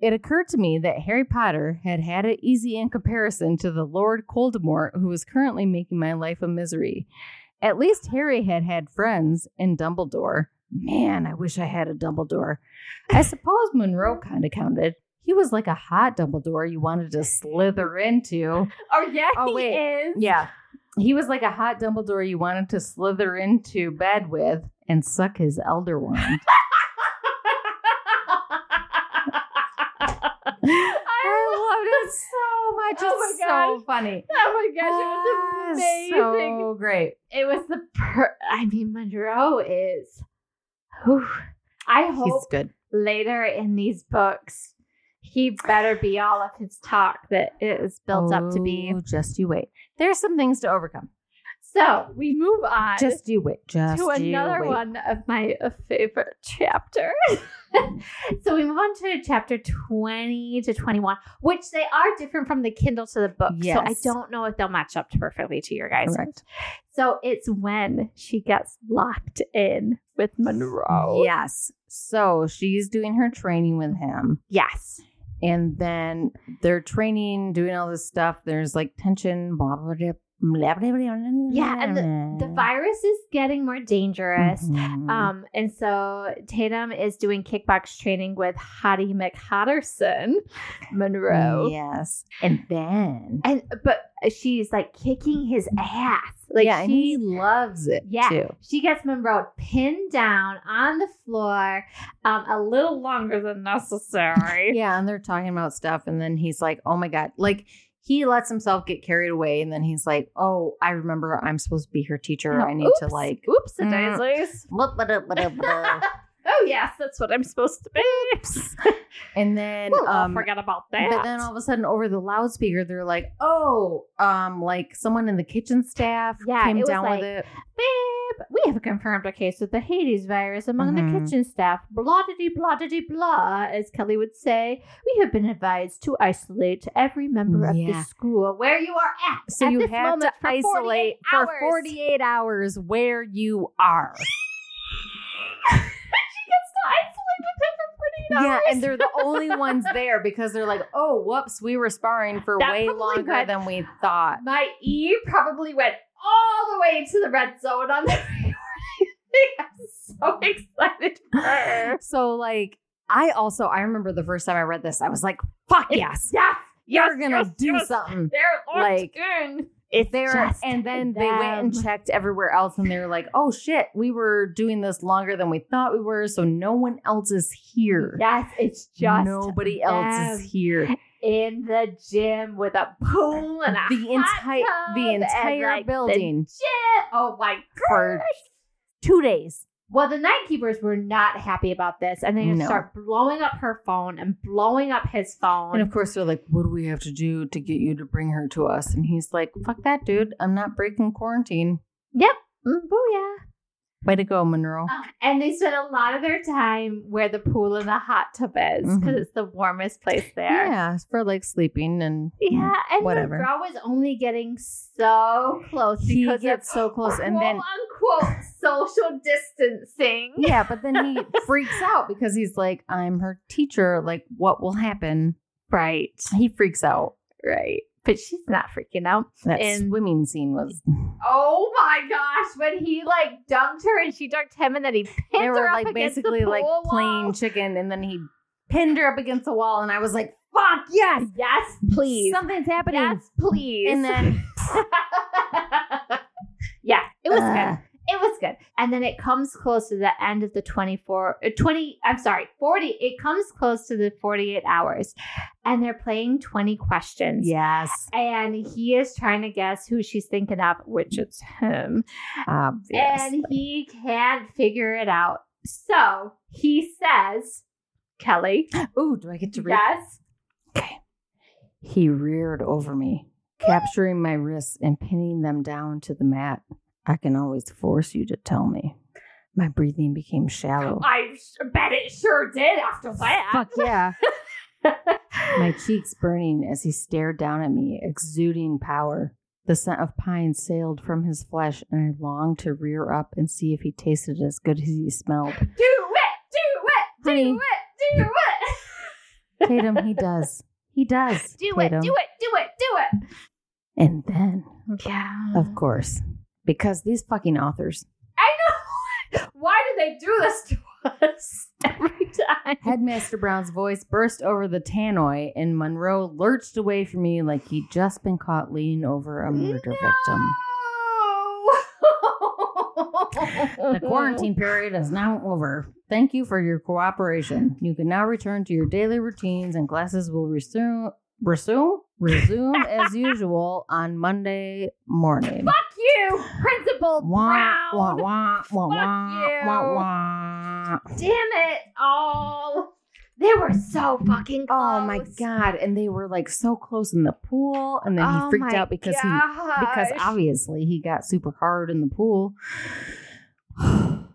Speaker 3: it occurred to me that Harry Potter had had it easy in comparison to the Lord Coldemort, who was currently making my life a misery. At least Harry had had friends and Dumbledore. Man, I wish I had a Dumbledore. I suppose Monroe kind of counted. He was like a hot Dumbledore you wanted to slither into.
Speaker 2: oh yeah,
Speaker 3: Oh,
Speaker 2: he
Speaker 3: wait.
Speaker 2: is.
Speaker 3: Yeah. He was like a hot Dumbledore you wanted to slither into bed with and suck his elder wand. I loved it so much.
Speaker 2: Oh
Speaker 3: it's
Speaker 2: my gosh.
Speaker 3: so funny.
Speaker 2: Oh my gosh, it
Speaker 3: Ah,
Speaker 2: was amazing.
Speaker 3: So great.
Speaker 2: it was the per- I mean Monroe is whew. I
Speaker 3: He's
Speaker 2: hope
Speaker 3: good.
Speaker 2: later in these books he better be all of his talk that it is built up to be.
Speaker 3: Oh, Just you wait. There's some things to overcome.
Speaker 2: So we move on
Speaker 3: Just you wait. Just
Speaker 2: to
Speaker 3: you
Speaker 2: another
Speaker 3: wait.
Speaker 2: one of my uh, favorite chapters. so we move on to chapter 20 to 21, which they are different from the Kindle to the book.
Speaker 3: Yes.
Speaker 2: So I don't know if they'll match up perfectly to your guys.
Speaker 3: Correct.
Speaker 2: So it's when she gets locked in with Monroe.
Speaker 3: Yes. So she's doing her training with him.
Speaker 2: Yes.
Speaker 3: and then they're training, doing all this stuff. There's like tension, blah blah blah. blah, blah, blah
Speaker 2: Yeah, and The virus is getting more dangerous.
Speaker 3: Mhm.
Speaker 2: Um, and so Tatum is doing kickbox training with Hottie McHotterson Monroe.
Speaker 3: Yes, and then
Speaker 2: And but she's like kicking his ass. Like
Speaker 3: yeah, and he
Speaker 2: she
Speaker 3: loves it
Speaker 2: Yeah.
Speaker 3: too.
Speaker 2: she gets Monroe pinned down on the floor um, a little longer than necessary.
Speaker 3: Yeah, and they're talking about stuff, and then he's like, "Oh my god!" Like he lets himself get carried away, and then he's like, "Oh, I remember, I'm supposed to be her teacher. I need to
Speaker 2: Oops.
Speaker 3: like."
Speaker 2: oops a
Speaker 3: Mm.
Speaker 2: daisies.
Speaker 3: blah, blah, blah, blah, blah.
Speaker 2: Oh yes, that's what I'm supposed to be.
Speaker 3: and then
Speaker 2: Well,
Speaker 3: um,
Speaker 2: I forgot about that.
Speaker 3: But then all of a sudden, over the loudspeaker, they're like, "Oh, um, like someone in the kitchen staff
Speaker 2: Yeah, it
Speaker 3: came
Speaker 2: was
Speaker 3: down
Speaker 2: like-
Speaker 3: with it."
Speaker 2: Babe, we have confirmed a case of the Hades virus among the
Speaker 3: Mhm.
Speaker 2: kitchen staff. Blah de blah de blah, as Kelly would say. We have been advised to isolate every member of
Speaker 3: Yeah.
Speaker 2: the school where you are at.
Speaker 3: So
Speaker 2: at
Speaker 3: you
Speaker 2: this
Speaker 3: have to
Speaker 2: moment for 48
Speaker 3: isolate
Speaker 2: hours.
Speaker 3: for forty-eight hours where you are.
Speaker 2: She gets to isolate with him for forty eight
Speaker 3: yeah,
Speaker 2: hours.
Speaker 3: and they're the only ones there because they're like, "Oh, whoops, we were sparring for
Speaker 2: That
Speaker 3: way
Speaker 2: probably
Speaker 3: longer
Speaker 2: went-
Speaker 3: than we thought."
Speaker 2: my E probably went all the way to the red zone on the recording. I'm so excited for her.
Speaker 3: So, like, I also I remember the first time I read this, I was like, "Fuck yes,
Speaker 2: Yes.
Speaker 3: you're
Speaker 2: yes,
Speaker 3: gonna
Speaker 2: yes,
Speaker 3: do
Speaker 2: yes.
Speaker 3: something."
Speaker 2: They're
Speaker 3: Like,
Speaker 2: like in.
Speaker 3: If they're
Speaker 2: just
Speaker 3: and then they went
Speaker 2: them.
Speaker 3: and checked everywhere else and they were like, oh shit, we were doing this longer than we thought we were, so no one else is here.
Speaker 2: Yes, it's just
Speaker 3: nobody else
Speaker 2: them.
Speaker 3: is here.
Speaker 2: in the gym with a pool and a
Speaker 3: The
Speaker 2: hot
Speaker 3: entire
Speaker 2: tub
Speaker 3: the
Speaker 2: and,
Speaker 3: entire
Speaker 2: like, the
Speaker 3: building
Speaker 2: gym. Oh my
Speaker 3: for
Speaker 2: gosh!
Speaker 3: two days.
Speaker 2: Well, the night keepers were not happy about this, and they just
Speaker 3: No.
Speaker 2: start blowing up her phone and blowing up his phone.
Speaker 3: And of course, they're like, what do we have to do to get you to bring her to us? And he's like, fuck that, dude. I'm not breaking quarantine.
Speaker 2: Mm, booyah.
Speaker 3: Way to go, Monroe.
Speaker 2: Uh, And they spend a lot of their time where the pool and the hot tub is because
Speaker 3: Mhm.
Speaker 2: it's the warmest place there.
Speaker 3: Yeah, for like sleeping and
Speaker 2: Yeah, and
Speaker 3: Whatever.
Speaker 2: McGraw was only getting so close
Speaker 3: He
Speaker 2: because
Speaker 3: gets
Speaker 2: of
Speaker 3: so close, and
Speaker 2: quote
Speaker 3: then
Speaker 2: unquote social distancing.
Speaker 3: yeah, but then he freaks out because he's like, "I'm her teacher. Like, what will happen?"
Speaker 2: Right,
Speaker 3: He freaks out.
Speaker 2: right. But she's not freaking out.
Speaker 3: That
Speaker 2: And-
Speaker 3: swimming scene was.
Speaker 2: Oh my gosh! When he like dunked her and she dunked him, and then he pinned
Speaker 3: They
Speaker 2: her
Speaker 3: were
Speaker 2: up
Speaker 3: like
Speaker 2: against the
Speaker 3: basically like
Speaker 2: pool
Speaker 3: playing
Speaker 2: wall.
Speaker 3: chicken, and then he pinned her up against the wall, and I was like, "Fuck yes,
Speaker 2: Yes, please.
Speaker 3: something's happening."
Speaker 2: yes, please.
Speaker 3: And then
Speaker 2: yeah, it was good.
Speaker 3: Ugh.
Speaker 2: it was good. And then it comes close to the end of the 24, uh, 20, I'm sorry, 40. It comes close to the 48 hours. And they're playing 20 questions.
Speaker 3: yes,
Speaker 2: And he is trying to guess who she's thinking of, which it's him.
Speaker 3: obvious.
Speaker 2: And he can't figure it out. So he says, Kelly,
Speaker 3: Ooh, do I get to read?
Speaker 2: yes.
Speaker 3: He reared over me, capturing my wrists and pinning them down to the mat. I can always force you to tell me. My breathing became shallow.
Speaker 2: I s- bet it sure did after that.
Speaker 3: Fuck yeah. My cheeks burning as he stared down at me, exuding power. The scent of pine sailed from his flesh, and I longed to rear up and see if he tasted as good as he smelled.
Speaker 2: do it, do it,
Speaker 3: Honey.
Speaker 2: do it, do it.
Speaker 3: Tatum, he does. He does.
Speaker 2: Do it, do it,
Speaker 3: Tatum.
Speaker 2: do it, do
Speaker 3: And then,
Speaker 2: it. Yeah.
Speaker 3: of course, because these fucking authors
Speaker 2: I know. Why do they do this to us every time?
Speaker 3: Headmaster Brown's voice burst over the tannoy, and Monroe lurched away from me like he'd just been caught leaning over a murder victim.
Speaker 2: No.
Speaker 3: The quarantine period is now over. Thank you for your cooperation. You can now return to your daily routines, and classes will resume resume resume as usual on Monday morning.
Speaker 2: Fuck you, Principal
Speaker 3: Wah,
Speaker 2: Brown.
Speaker 3: wah, wah, wah,
Speaker 2: Fuck
Speaker 3: wah,
Speaker 2: you.
Speaker 3: wah, wah.
Speaker 2: Damn it all. They were so fucking close.
Speaker 3: Oh my god! And they were like so close in the pool, and then he
Speaker 2: Oh
Speaker 3: freaked
Speaker 2: my
Speaker 3: out because he because
Speaker 2: gosh.
Speaker 3: obviously he got super hard in the pool.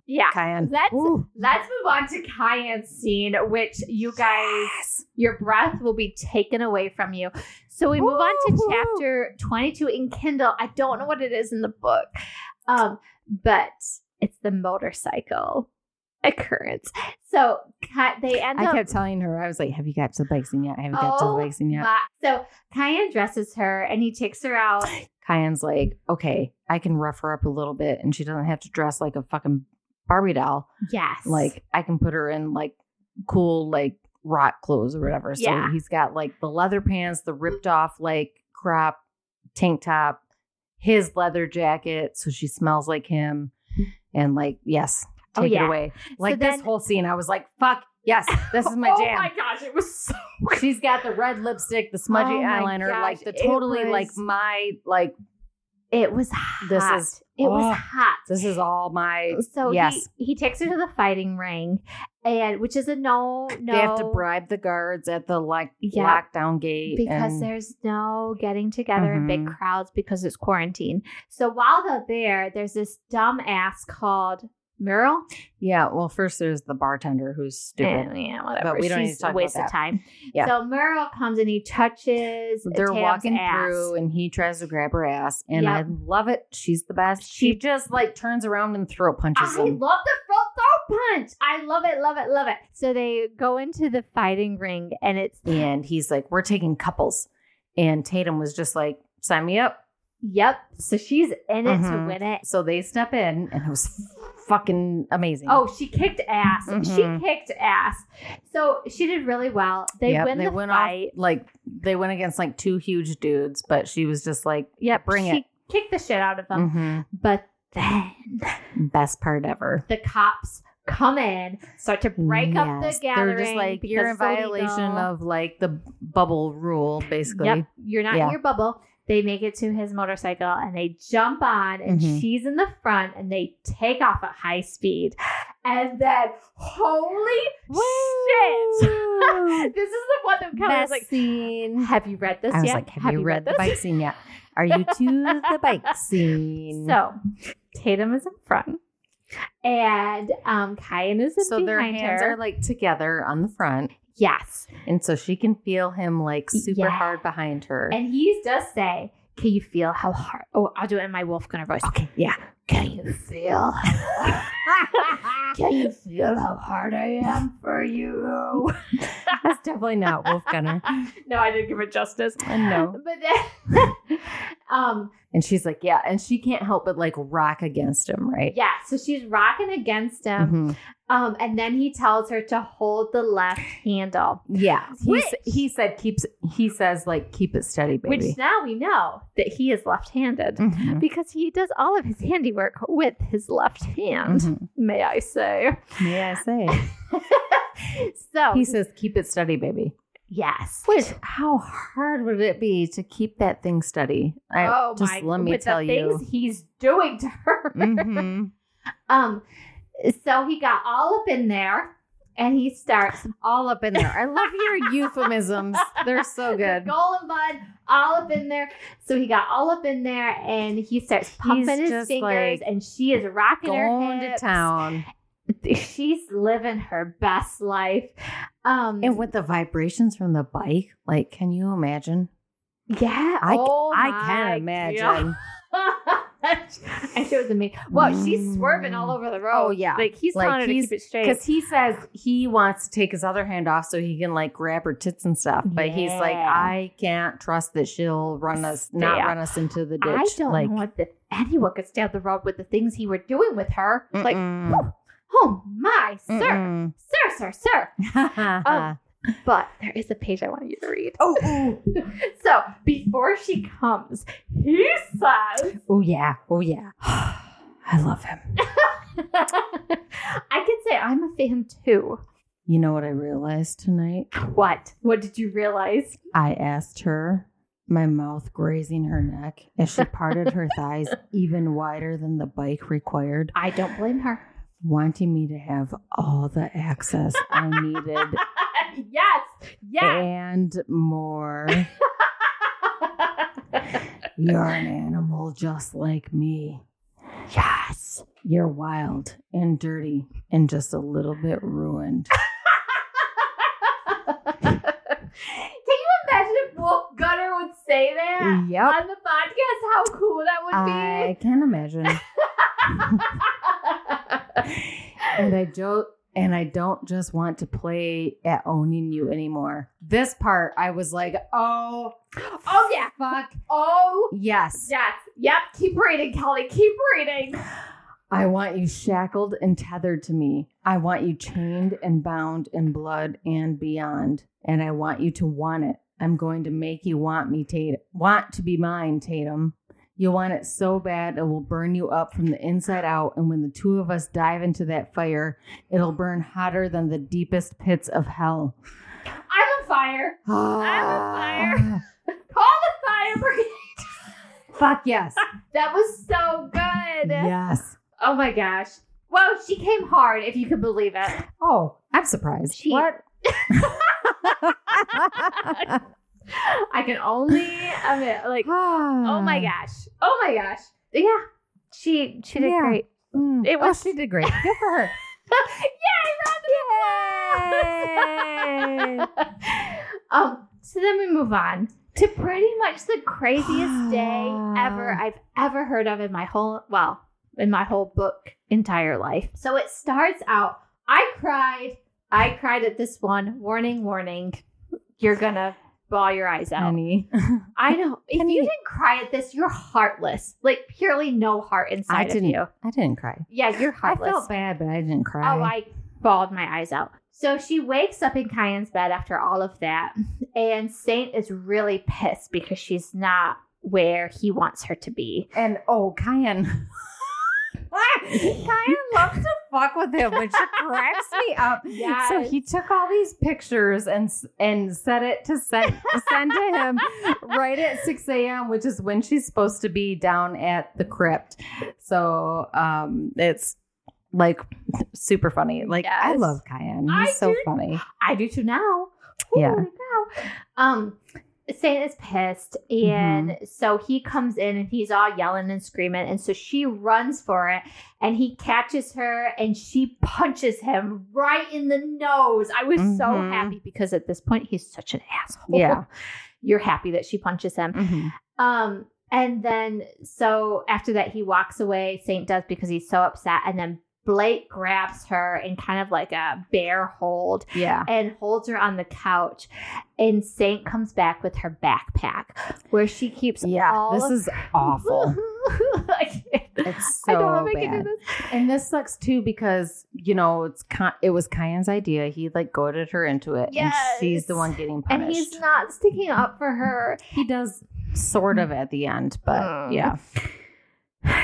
Speaker 2: yeah.
Speaker 3: Cayenne.
Speaker 2: Let's-
Speaker 3: Ooh.
Speaker 2: Let's move on to Cayenne's scene, which you guys, your breath will be taken away from you. So we move on to
Speaker 3: Woo-hoo.
Speaker 2: chapter 22 in Kindle. I don't know what it is in the book, um, but it's the motorcycle occurrence. So Ca- they end
Speaker 3: I
Speaker 2: up.
Speaker 3: kept telling her, I was like, "Have you got to the bike scene yet? I haven't got to
Speaker 2: Oh
Speaker 3: the bike scene yet."
Speaker 2: my- so Cayenne dresses her and he takes her out.
Speaker 3: Cayenne's like, "Okay, I can rough her up a little bit, and she doesn't have to dress like a fucking Barbie doll.
Speaker 2: Yes.
Speaker 3: Like, I can put her in like cool like rock clothes or whatever." So
Speaker 2: Yeah.
Speaker 3: he's got like the leather pants, the ripped off like crop tank top, his leather jacket, so she smells like him, and like, yes,
Speaker 2: Oh,
Speaker 3: take
Speaker 2: yeah.
Speaker 3: it away. Like
Speaker 2: then-
Speaker 3: this whole scene, I was like, "Fuck yes, this is my
Speaker 2: oh
Speaker 3: jam."
Speaker 2: my gosh, it was so
Speaker 3: She's got the red lipstick, the smudgy
Speaker 2: Oh my
Speaker 3: eyeliner, like
Speaker 2: gosh,
Speaker 3: the
Speaker 2: it
Speaker 3: totally like
Speaker 2: was-
Speaker 3: my like
Speaker 2: it was hot.
Speaker 3: This is-
Speaker 2: it
Speaker 3: oh.
Speaker 2: was hot.
Speaker 3: this is all my.
Speaker 2: So
Speaker 3: Yes.
Speaker 2: he, he takes her to the fighting ring, and which is a no no.
Speaker 3: They have to bribe the guards at the like
Speaker 2: Yeah.
Speaker 3: lockdown gate
Speaker 2: because
Speaker 3: and-
Speaker 2: there's no getting together in big
Speaker 3: Mhm.
Speaker 2: crowds because it's quarantine. So while they're there, there's this dumb ass called Meryl.
Speaker 3: yeah. Well, first there's the bartender who's stupid.
Speaker 2: Eh, yeah, whatever.
Speaker 3: But we don't need
Speaker 2: She's
Speaker 3: to talk
Speaker 2: a
Speaker 3: about
Speaker 2: waste
Speaker 3: that.
Speaker 2: of time.
Speaker 3: Yeah.
Speaker 2: So Meryl comes and he touches.
Speaker 3: They're
Speaker 2: Tatum's
Speaker 3: walking
Speaker 2: ass.
Speaker 3: through and he tries to grab her ass, and I
Speaker 2: Yep.
Speaker 3: love it. She's the best. She,
Speaker 2: She-
Speaker 3: just like turns around and throat punches
Speaker 2: I
Speaker 3: him.
Speaker 2: love the front throw punch. I love it, love it, love it. So they go into the fighting ring, and it's
Speaker 3: and he's like, "We're taking couples," and Tatum was just like, "Sign me up."
Speaker 2: yep. So she's in it to
Speaker 3: Mhm.
Speaker 2: win it.
Speaker 3: So they step in, and it was fucking amazing.
Speaker 2: Oh, she kicked ass.
Speaker 3: Mhm.
Speaker 2: She kicked ass. So she did really well. They
Speaker 3: Yep,
Speaker 2: win the
Speaker 3: went
Speaker 2: fight.
Speaker 3: Off, like they went against like two huge dudes, but she was just like, "Yeah, bring
Speaker 2: she
Speaker 3: it."
Speaker 2: kicked the shit out of them.
Speaker 3: Mhm.
Speaker 2: But then
Speaker 3: Best part ever.
Speaker 2: the cops come in, start to break up the
Speaker 3: Yes,
Speaker 2: gathering.
Speaker 3: They're just like
Speaker 2: because
Speaker 3: you're in
Speaker 2: it's illegal.
Speaker 3: violation of like the bubble rule, basically.
Speaker 2: Yep, you're not in
Speaker 3: Yeah.
Speaker 2: your bubble. They make it to his motorcycle and they jump on, and
Speaker 3: Mhm.
Speaker 2: she's in the front, and they take off at high speed. And then, holy shit! this is the one that kind of was like,
Speaker 1: scene.
Speaker 2: have you read this
Speaker 1: I was
Speaker 2: yet?
Speaker 1: like, have, you read, the
Speaker 2: this?"
Speaker 1: bike scene yet? Are you to the bike scene?
Speaker 2: So Tatum is in front, and um, Kyan is in
Speaker 3: So their
Speaker 2: behind
Speaker 3: hands
Speaker 2: her.
Speaker 3: are like together on the front.
Speaker 2: yes,
Speaker 3: And so she can feel him like super
Speaker 2: Yeah.
Speaker 3: hard behind her.
Speaker 2: and he does say, "Can you feel how hard?" Oh, I'll do it in my wolf kind of voice.
Speaker 1: okay, yeah.
Speaker 2: Can you feel? Can you feel how hard I am for you?
Speaker 1: That's definitely not Wolf Gunner.
Speaker 2: no, I didn't give it justice.
Speaker 3: And Uh, no.
Speaker 2: But then, um,
Speaker 3: And she's like, yeah. And she can't help but like rock against him, right?
Speaker 2: yeah. So she's rocking against him,
Speaker 3: Mhm.
Speaker 2: um, and then he tells her to hold the left handle.
Speaker 3: Yeah. He,
Speaker 2: Which-
Speaker 3: s- he said keeps he says like keep it steady, baby.
Speaker 2: Which now we know that he is left handed
Speaker 1: Mm-hmm.
Speaker 3: Mhm.
Speaker 2: because he does all of his handiwork with his left hand,
Speaker 3: Mhm.
Speaker 2: may I say.
Speaker 1: Mm-hmm. May I say?
Speaker 2: so,
Speaker 3: He says keep it steady, baby.
Speaker 2: yes.
Speaker 3: Which how hard would it be to keep that thing steady? I, just let me
Speaker 2: Oh with
Speaker 3: tell
Speaker 2: the
Speaker 3: you.
Speaker 2: things he's doing to her.
Speaker 1: Mm-hmm.
Speaker 3: Mhm.
Speaker 2: Um, so he got all up in there and he starts
Speaker 3: All up in there. I love your euphemisms. They're so
Speaker 2: the
Speaker 3: good.
Speaker 2: golden bud all up in there. So he got all up in there and he starts pumping his
Speaker 3: just,
Speaker 2: fingers
Speaker 3: like,
Speaker 2: and she is rocking
Speaker 3: Going
Speaker 2: her
Speaker 3: to
Speaker 2: hips.
Speaker 3: town.
Speaker 2: She's living her best life. Um,
Speaker 3: And with the vibrations from the bike, like, can you imagine?
Speaker 2: yeah,
Speaker 3: I,
Speaker 2: oh
Speaker 3: I
Speaker 2: my
Speaker 3: can imagine.
Speaker 2: gosh. and she was amazing. Well, she's swerving all over the road.
Speaker 3: Oh, yeah.
Speaker 2: like he's
Speaker 3: Like,
Speaker 2: trying
Speaker 3: he's-
Speaker 2: to keep it straight.
Speaker 3: Because he says he wants to take his other hand off so he can like grab her tits and stuff, but he's like,
Speaker 2: Yeah.
Speaker 3: I can't trust that she'll run us, not
Speaker 2: Yeah.
Speaker 3: run us into the ditch.
Speaker 2: I don't
Speaker 3: like,
Speaker 2: want that anyone could stay on the road with the things he were doing with her. Like,
Speaker 3: mm-mm,
Speaker 2: whew, oh my, sir,
Speaker 3: mm-mm.
Speaker 2: sir, sir, sir.
Speaker 3: oh,
Speaker 2: But there is a page I want you to read.
Speaker 3: oh,
Speaker 2: So before she comes, he says,
Speaker 3: oh, yeah, oh yeah. I love him.
Speaker 2: I could say I'm a fan too.
Speaker 3: You know what I realized tonight?
Speaker 2: What? What did you realize?
Speaker 3: I asked her, my mouth grazing her neck as she parted her thighs even wider than the bike required,
Speaker 2: I don't blame her.
Speaker 3: wanting me to have all the access I needed
Speaker 2: yes, yes.
Speaker 3: and more. Oh. You're an animal just like me.
Speaker 2: yes.
Speaker 3: You're wild and dirty and just a little bit ruined.
Speaker 2: Can you imagine if Wolf Gunner would say that
Speaker 3: Yep.
Speaker 2: on the podcast? How cool that would
Speaker 3: I can imagine. and I Oh, joke and I don't just want to play at owning you anymore. This part I was like, oh
Speaker 2: be. oh yeah.
Speaker 3: fuck
Speaker 2: Oh
Speaker 3: yes.
Speaker 2: yes. Yep. Keep reading, Kelly. Keep reading.
Speaker 3: I want you shackled and tethered to me. I want you chained and bound in blood and beyond. And I want you to want it. I'm going to make you want me, Tatum. Want to be mine, Tatum. You'll want it so bad it will burn you up from the inside out. And when the two of us dive into that fire, it'll burn hotter than the deepest pits of hell.
Speaker 2: I'm on fire. I'm on
Speaker 3: fire.
Speaker 2: Call the fire brigade.
Speaker 3: Ah, Fuck yes.
Speaker 2: That was so good.
Speaker 3: yes.
Speaker 2: Oh my gosh. Well, she came hard, if you could believe it.
Speaker 3: Oh, I'm surprised.
Speaker 2: She-
Speaker 3: What?
Speaker 2: I can only admit, like, oh
Speaker 3: oh
Speaker 2: my gosh, oh my gosh, yeah. She she did
Speaker 3: Yeah.
Speaker 2: great.
Speaker 3: Mm.
Speaker 2: It was-
Speaker 3: oh, she did great. Good for her.
Speaker 2: Yay, round of applause! um, so then we move on to pretty much the craziest day ever I've ever heard of in my whole well, in my whole book entire life. So it starts out. I cried. I cried at this one. Warning, warning. You're gonna ball your eyes out.
Speaker 3: Honey,
Speaker 2: I know. If
Speaker 3: Penny-
Speaker 2: you didn't cry at this, you're heartless. Like purely no heart inside
Speaker 3: I
Speaker 2: of
Speaker 3: didn't-
Speaker 2: you.
Speaker 3: I didn't cry.
Speaker 2: Yeah, you're heartless.
Speaker 3: I felt bad, but I didn't cry.
Speaker 2: Oh, I bawled my eyes out. So she wakes up in Kyan's bed after all of that, and Saint is really pissed because she's not where he wants her to be.
Speaker 3: and oh, Kyan. Kyan loves to fuck with him, which cracks me up.
Speaker 2: Yes.
Speaker 3: So he took all these pictures and s- and set it to send send to him right at six a.m., which is when she's supposed to be down at the crypt. So um, it's Like super funny. Like I
Speaker 2: Yes.
Speaker 1: love Cayenne.
Speaker 2: I
Speaker 1: He's so
Speaker 2: do-
Speaker 1: funny.
Speaker 2: I do too now.
Speaker 1: Yeah.
Speaker 2: Now. Um, Satan is pissed, and so he comes in and he's all yelling and screaming, and so she runs for it, and he catches her and she punches him right in the nose. I was so
Speaker 3: Mhm.
Speaker 2: happy because at this point he's such an asshole.
Speaker 3: Yeah.
Speaker 2: you're happy that she punches him.
Speaker 3: Mm-hmm.
Speaker 2: Um, and then so after that, he walks away. Saint does because he's so upset, and then Blake grabs her in kind of like a bear hold
Speaker 3: Yeah.
Speaker 2: and holds her on the couch. And Saint comes back with her backpack where she keeps
Speaker 3: Yeah.
Speaker 2: all
Speaker 3: this
Speaker 2: of-
Speaker 3: is awful.
Speaker 2: I, can't-
Speaker 3: It's
Speaker 2: I
Speaker 3: so
Speaker 2: don't know if I
Speaker 3: bad.
Speaker 2: can do this.
Speaker 3: And this sucks too because you know it's Ka- it was Kyan's idea. He like goaded her into it,
Speaker 2: Yes.
Speaker 3: and she's the one getting punished.
Speaker 2: And he's not sticking up for her.
Speaker 3: he does sort of at the end, but
Speaker 2: Mm.
Speaker 3: yeah,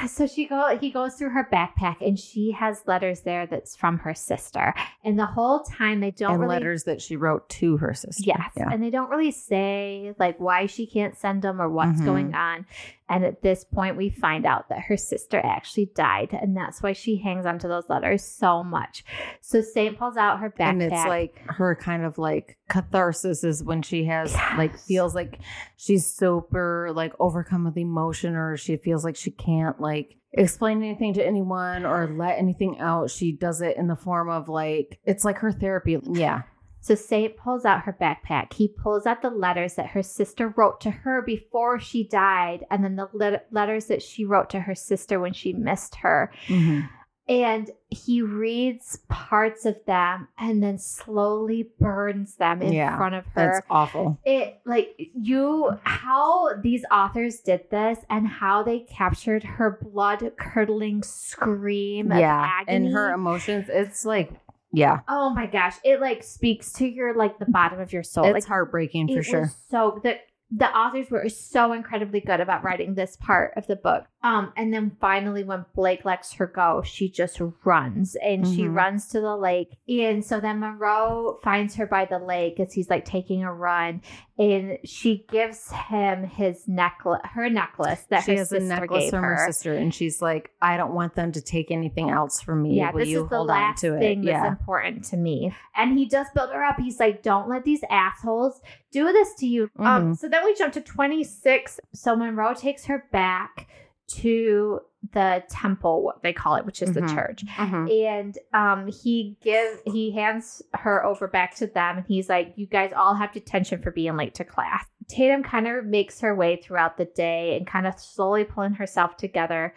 Speaker 2: So she go he goes through her backpack and she has letters there that's from her sister. And the whole time they don't
Speaker 3: and
Speaker 2: really
Speaker 3: letters that she wrote to her sister.
Speaker 2: Yes.
Speaker 3: yeah,
Speaker 2: And they don't really say like why she can't send them or what's
Speaker 3: Mhm.
Speaker 2: going on. And at this point, we find out that her sister actually died. And that's why she hangs onto those letters so much. So St. pulls out her backpack.
Speaker 3: and it's like her kind of like catharsis is when she has like
Speaker 2: Yes.
Speaker 3: feels like she's super like overcome with emotion, or she feels like she can't like explain anything to anyone or let anything out. She does it in the form of like it's like her therapy. Yeah,
Speaker 2: so St. pulls out her backpack. He pulls out the letters that her sister wrote to her before she died, and then the let- letters that she wrote to her sister when she missed her.
Speaker 3: Mm-hmm.
Speaker 2: And he reads parts of them and then slowly burns them in
Speaker 3: Yeah,
Speaker 2: front of her.
Speaker 3: that's awful.
Speaker 2: it like you how these authors did this and how they captured her blood curdling scream of
Speaker 3: yeah
Speaker 2: agony.
Speaker 3: and her emotions it's like yeah
Speaker 2: oh my gosh it like speaks to your like the bottom of your soul
Speaker 3: it's
Speaker 2: like
Speaker 3: heartbreaking
Speaker 2: it
Speaker 3: for
Speaker 2: was
Speaker 3: sure
Speaker 2: so the the authors were so incredibly good about writing this part of the book. Um, and then finally, when Blake lets her go, she just runs and she
Speaker 3: Mhm.
Speaker 2: runs to the lake. And so then Monroe finds her by the lake as he's like taking a run, and she gives him his necklace, her necklace that
Speaker 3: she
Speaker 2: her
Speaker 3: has a
Speaker 2: sister
Speaker 3: necklace
Speaker 2: gave
Speaker 3: from her.
Speaker 2: her
Speaker 3: sister and she's like i don't want them to take anything else from me
Speaker 2: yeah,
Speaker 3: will
Speaker 2: this
Speaker 3: you
Speaker 2: is the
Speaker 3: hold
Speaker 2: last
Speaker 3: on to
Speaker 2: thing
Speaker 3: it
Speaker 2: that's
Speaker 3: yeah
Speaker 2: important to me. And he does build her up. He's like, "Don't let these assholes do this to you."
Speaker 3: Mm-hmm.
Speaker 2: Um, so then we jump to twenty six. So Monroe takes her back to the temple, what they call it, which is the
Speaker 3: Mhm.
Speaker 2: church,
Speaker 3: Mhm.
Speaker 2: and um, he gives he hands her over back to them, and he's like, "You guys all have detention for being late to class." Tatum kind of makes her way throughout the day and kind of slowly pulling herself together.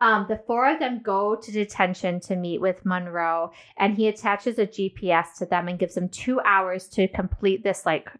Speaker 2: Um, the four of them go to detention to meet with Monroe, and he attaches a GPS to them and gives them two hours to complete this, like,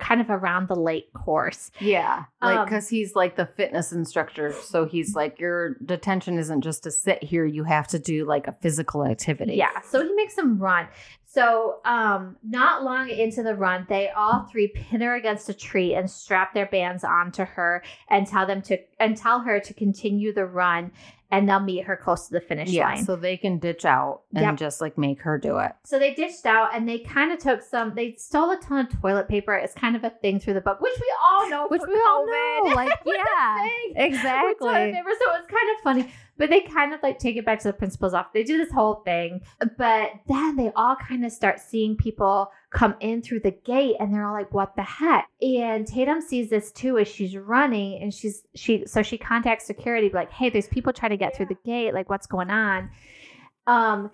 Speaker 2: kind of around the lake course.
Speaker 3: yeah like
Speaker 2: Um,
Speaker 3: because he's like the fitness instructor so he's like your detention isn't just to sit here you have to do like a physical activity
Speaker 2: Yeah, so he makes them run. So, um, not long into the run, they all three pin her against a tree and strap their bands onto her and tell them to and tell her to continue the run, and they'll meet her close to the finish
Speaker 3: yeah
Speaker 2: line.
Speaker 3: so they can ditch out and
Speaker 2: Yep.
Speaker 3: just like make her do it
Speaker 2: So they ditched out and they kind of took some, they stole a ton of toilet paper. It's kind of a thing through the book, which we all know.
Speaker 1: Which
Speaker 2: for
Speaker 1: we all
Speaker 2: COVID.
Speaker 1: know. Like,
Speaker 2: What a
Speaker 1: yeah.
Speaker 2: thing with toilet
Speaker 1: Exactly.
Speaker 2: paper. So it was kind of funny. But they kind of like take it back to the principal's office. They do this whole thing. But then they all kind of start seeing people come in through the gate and they're all like, what the heck? And Tatum sees this too as she's running and she's she so she contacts security, like, hey, there's people trying to get through the gate, like what's going on? Um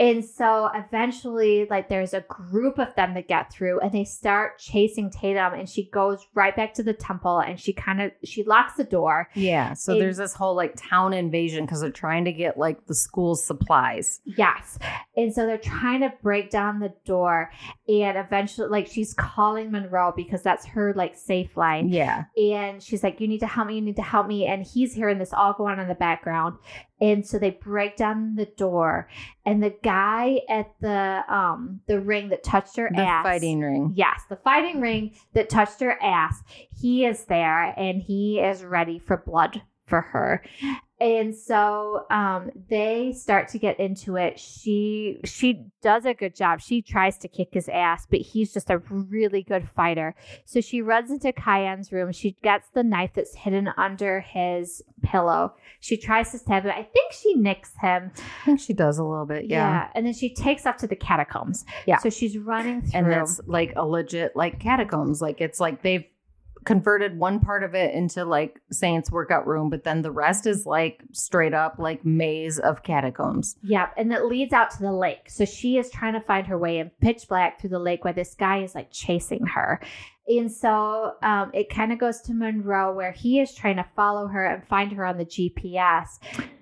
Speaker 2: and so eventually, like, there's a group of them that get through and they start chasing Tatum. And she goes right back to the temple and she kind of, she locks the door.
Speaker 3: yeah so
Speaker 2: It-
Speaker 3: there's this whole like town invasion because they're trying to get like the school supplies
Speaker 2: Yes. And so they're trying to break down the door. And eventually, like, she's calling Monroe because that's her, like, safe line.
Speaker 3: yeah
Speaker 2: And she's like, You need to help me. You need to help me. And he's hearing this all going on in the background. And so they break down the door. And the guy at the, um, the ring that touched her
Speaker 3: the
Speaker 2: ass.
Speaker 3: fighting ring.
Speaker 2: Yes, the fighting ring that touched her ass. He is there and he is ready for blood for her. And so um, they start to get into it. She she does a good job. She tries to kick his ass, but he's just a really good fighter. So she runs into Cayenne's room. She gets the knife that's hidden under his pillow. She tries to stab him. I think she nicks him.
Speaker 1: I think she does a little bit. Yeah.
Speaker 2: And then she takes off to the catacombs.
Speaker 1: Yeah.
Speaker 2: So she's running through.
Speaker 3: And that's like a legit like catacombs. Like it's like they've converted one part of it into like Saints workout room, but then the rest is like straight up like maze of catacombs.
Speaker 2: Yep, and it leads out to the lake. So she is trying to find her way in pitch black through the lake where this guy is like chasing her. And so um, it kind of goes to Monroe where he is trying to follow her and find her on the GPS.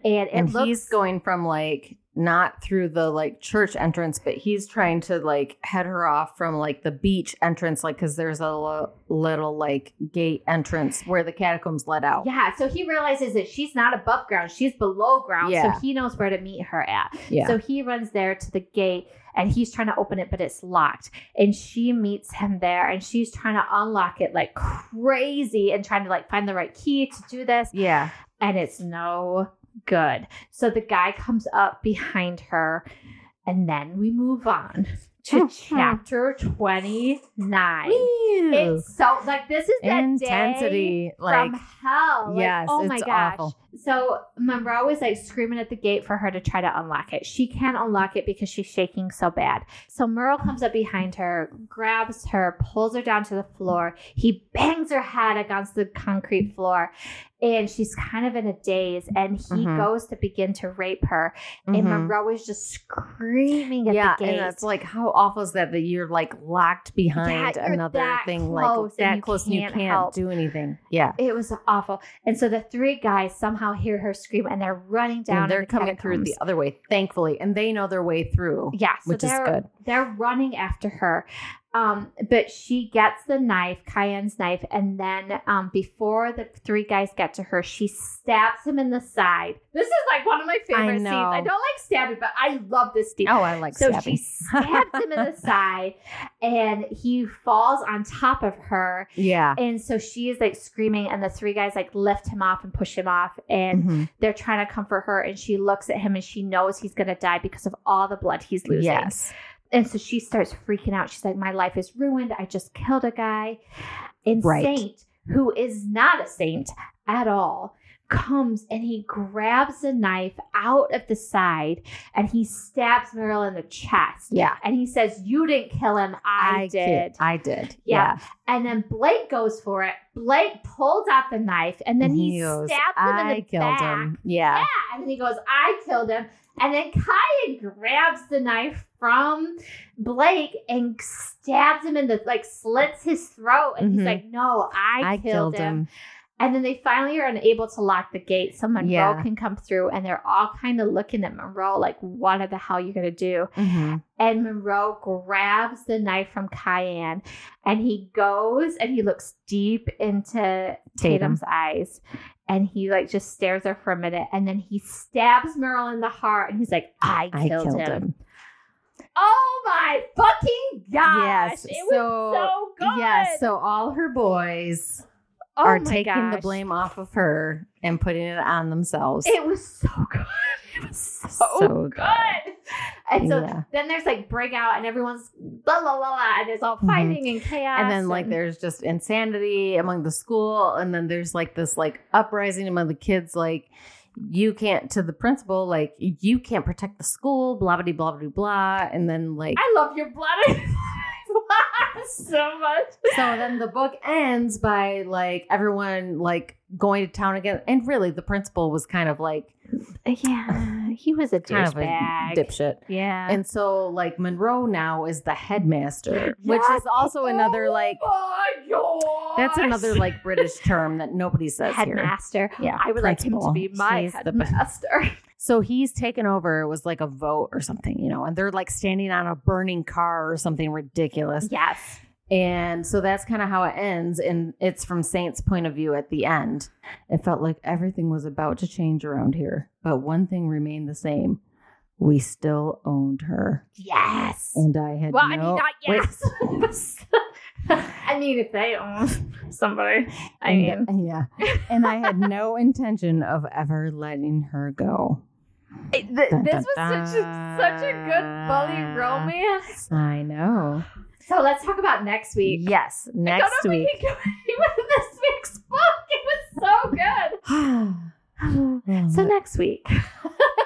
Speaker 2: And it
Speaker 3: And
Speaker 2: looks
Speaker 3: he's going from like not through the like church entrance, but he's trying to like head her off from like the beach entrance, like because there's a lo- little like gate entrance where the catacombs let out.
Speaker 2: Yeah, so he realizes that she's not above ground, she's below ground.
Speaker 3: Yeah.
Speaker 2: So he knows where to meet her at.
Speaker 3: Yeah.
Speaker 2: So he runs there to the gate and he's trying to open it, but it's locked. And she meets him there and she's trying to unlock it like crazy and trying to like find the right key to do this.
Speaker 3: yeah.
Speaker 2: And it's no good. So the guy comes up behind her and then we move on to chapter 29. It's so like this is that day
Speaker 3: Intensity, like
Speaker 2: from hell. Like,
Speaker 3: yes,
Speaker 2: oh
Speaker 3: it's
Speaker 2: my gosh.
Speaker 3: awful.
Speaker 2: So Monroe is like screaming at the gate for her to try to unlock it. She can't unlock it because she's shaking so bad. So Merle comes up behind her, grabs her, pulls her down to the floor. He bangs her head against the concrete floor. And she's kind of in a daze, and he
Speaker 3: Mhm.
Speaker 2: goes to begin to rape her. And
Speaker 3: Mhm.
Speaker 2: Monroe is just screaming at
Speaker 3: yeah,
Speaker 2: the gate.
Speaker 3: and that's like how awful is that that you're like locked behind
Speaker 2: you're
Speaker 3: another
Speaker 2: that
Speaker 3: thing,
Speaker 2: close
Speaker 3: like
Speaker 2: and
Speaker 3: that
Speaker 2: you
Speaker 3: close, and you
Speaker 2: can't
Speaker 3: can't
Speaker 2: help.
Speaker 3: do anything. Yeah,
Speaker 2: It was awful. And so the three guys somehow hear her scream and they're running down.
Speaker 3: and they're coming through
Speaker 2: the
Speaker 3: the other way, thankfully, and they know their way through,
Speaker 2: Yeah, so
Speaker 3: which is
Speaker 2: they're,
Speaker 3: good.
Speaker 2: They're running after her. Um, but she gets the knife, Cayenne's knife, and then um, before the three guys get to her, she stabs him in the side. This is like one of my favorite scenes.
Speaker 3: know.
Speaker 2: I don't like stabbing, but I love this scene.
Speaker 3: Oh, I like
Speaker 2: so
Speaker 3: stabbing.
Speaker 2: she stabs him in the side, and he falls on top of her.
Speaker 3: yeah,
Speaker 2: And so she is like screaming, and the three guys like lift him off and push him off. And
Speaker 3: Mhm.
Speaker 2: they're trying to comfort her, and she looks at him and she knows he's gonna die because of all the blood he's losing.
Speaker 3: yes,
Speaker 2: And so she starts freaking out. She's like, My life is ruined. I just killed a guy. And
Speaker 3: Right.
Speaker 2: Saint, who is not a saint at all, comes and he grabs a knife out of the side and he stabs Meryl in the chest.
Speaker 3: yeah,
Speaker 2: And he says, You didn't kill him. I, did.
Speaker 3: I did.
Speaker 2: Yeah. And then Blake goes for it. Blake pulls out the knife and then he,
Speaker 3: goes,
Speaker 2: stabs him
Speaker 3: I
Speaker 2: in the
Speaker 3: killed
Speaker 2: back.
Speaker 3: him. Yeah,
Speaker 2: Yeah, and then he goes, I killed him. And then Kyan grabs the knife from Blake and stabs him in the like slits his throat. And he's
Speaker 3: Mhm.
Speaker 2: like, No, I,
Speaker 3: I
Speaker 2: killed, him. And then they finally are unable to lock the gate. So Monroe
Speaker 3: Yeah.
Speaker 2: can come through and they're all kind of looking at Monroe like, What the hell are you gonna do?
Speaker 3: Mhm.
Speaker 2: And Monroe grabs the knife from Cayenne and he goes and he looks deep into
Speaker 3: Tatum.
Speaker 2: Tatum's eyes and he like just stares her for a minute and then he stabs Merle in the heart and he's like, I
Speaker 3: I
Speaker 2: killed, him.
Speaker 3: him.
Speaker 2: Oh my fucking gosh.
Speaker 3: Yes,
Speaker 2: It
Speaker 3: so-
Speaker 2: was so good.
Speaker 3: Yeah, so all her boys
Speaker 2: Oh
Speaker 3: are
Speaker 2: my
Speaker 3: taking the
Speaker 2: gosh.
Speaker 3: blame off of her and putting it on themselves.
Speaker 2: It was so good. It was so,
Speaker 3: So
Speaker 2: good. And so
Speaker 3: Yeah.
Speaker 2: then there's like breakout and everyone's blah blah blah blah and there's all
Speaker 3: Mhm.
Speaker 2: fighting and chaos.
Speaker 3: and then like there's just insanity among the school and then there's like this like uprising among the kids like you can't to the principal like you can't protect the school blah blah blah blah blah and then like
Speaker 2: I love your blood so much.
Speaker 3: so then the book ends by like everyone like going to town again and really the principal was kind of like
Speaker 2: Yeah, he was a
Speaker 3: kind of a
Speaker 2: douchebag.
Speaker 3: dipshit
Speaker 2: yeah.
Speaker 3: And so, like, Monroe now is the headmaster, which
Speaker 2: Yes.
Speaker 3: is also another, like,
Speaker 2: oh
Speaker 3: that's another, like, British term that nobody says here.
Speaker 2: headmaster.
Speaker 3: Yeah,
Speaker 2: I would
Speaker 3: principal.
Speaker 2: like him to be my
Speaker 3: He's the best.
Speaker 2: headmaster.
Speaker 3: So he's taken over. It was like a vote or something, you know, and they're like standing on a burning car or something ridiculous.
Speaker 2: yes.
Speaker 3: And so that's kind of how it ends. And it's from Saint's point of view at the end. It felt like everything was about to change around here, but one thing remained the same. We still owned her.
Speaker 2: Yes.
Speaker 3: And I had
Speaker 2: Well,
Speaker 3: no
Speaker 2: I mean, not
Speaker 3: Wait.
Speaker 2: yes. I mean, if they own um, somebody, I mean,
Speaker 3: And, uh, yeah. And I had no intention of ever letting her go.
Speaker 2: it- th-
Speaker 3: Dun,
Speaker 2: this
Speaker 3: dun,
Speaker 2: was such a, such a good bully
Speaker 3: dun.
Speaker 2: romance.
Speaker 3: I know.
Speaker 2: So let's talk about next week.
Speaker 3: Yes,
Speaker 2: I
Speaker 3: next
Speaker 2: don't know
Speaker 3: week.
Speaker 2: if we can go with this week's book. It was so good.
Speaker 3: Hmm.
Speaker 2: So
Speaker 3: so
Speaker 2: next week,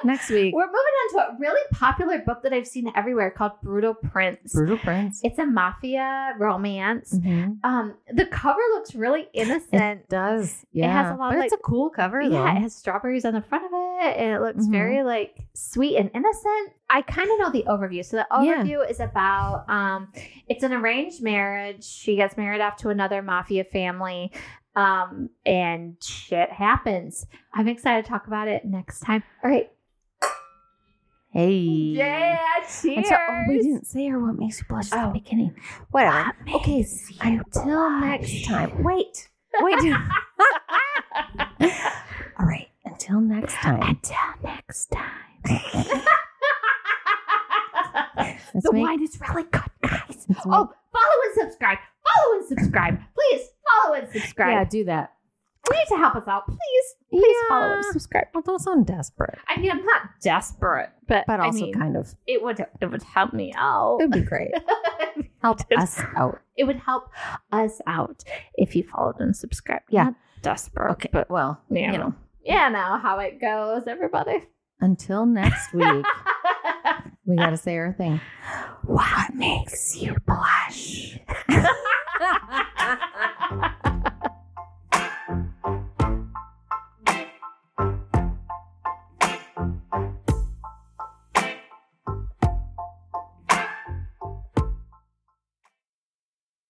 Speaker 3: next week,
Speaker 2: we're moving on to a really popular book that I've seen everywhere called Brutal Prince.
Speaker 3: Brutal Prince.
Speaker 2: It's a mafia romance.
Speaker 3: Mhm.
Speaker 2: Um, the cover looks really innocent.
Speaker 3: Does
Speaker 2: has
Speaker 3: yeah,
Speaker 2: a lot
Speaker 3: but
Speaker 2: of,
Speaker 3: it's a cool cover though.
Speaker 2: Yeah, it has strawberries on the front of it, and it looks
Speaker 3: Mhm.
Speaker 2: very like sweet and innocent. I kind of know the overview. So the
Speaker 3: Yeah.
Speaker 2: overview is about um, it's an arranged marriage. She gets married off to another mafia family, um, and shit happens. I'm excited to talk about it next time. All right,
Speaker 3: Hey,
Speaker 2: yeah, cheers.
Speaker 3: And so, oh, we didn't say her what makes you blush at
Speaker 2: Oh.
Speaker 3: the beginning. Whatever.
Speaker 2: What
Speaker 3: Okay,
Speaker 2: makes you Ah,
Speaker 3: until
Speaker 2: blush?
Speaker 3: next time. Wait, wait. All right, until next time.
Speaker 2: Until next time.
Speaker 3: Let's
Speaker 2: the
Speaker 3: make-
Speaker 2: wine is really good, guys.
Speaker 3: let's make-
Speaker 2: Oh, follow and subscribe. Follow and subscribe. Please follow and
Speaker 3: yeah,
Speaker 2: subscribe.
Speaker 3: do that.
Speaker 2: We need to help us out. Please, please follow and
Speaker 3: Yeah.
Speaker 2: subscribe.
Speaker 3: Well, don't sound desperate,
Speaker 2: I mean, I'm not desperate, but,
Speaker 3: but
Speaker 2: I
Speaker 3: also
Speaker 2: mean,
Speaker 3: kind of.
Speaker 2: it would it would help me out.
Speaker 3: It'd be great. Help us out.
Speaker 2: it would help us out if you followed and subscribed.
Speaker 3: Yeah.
Speaker 2: Not desperate.
Speaker 3: Okay,
Speaker 2: But
Speaker 3: well,
Speaker 2: yeah.
Speaker 3: you know.
Speaker 2: yeah, now how it goes, everybody.
Speaker 3: Until next week, we gotta say our thing.
Speaker 2: What makes you blush?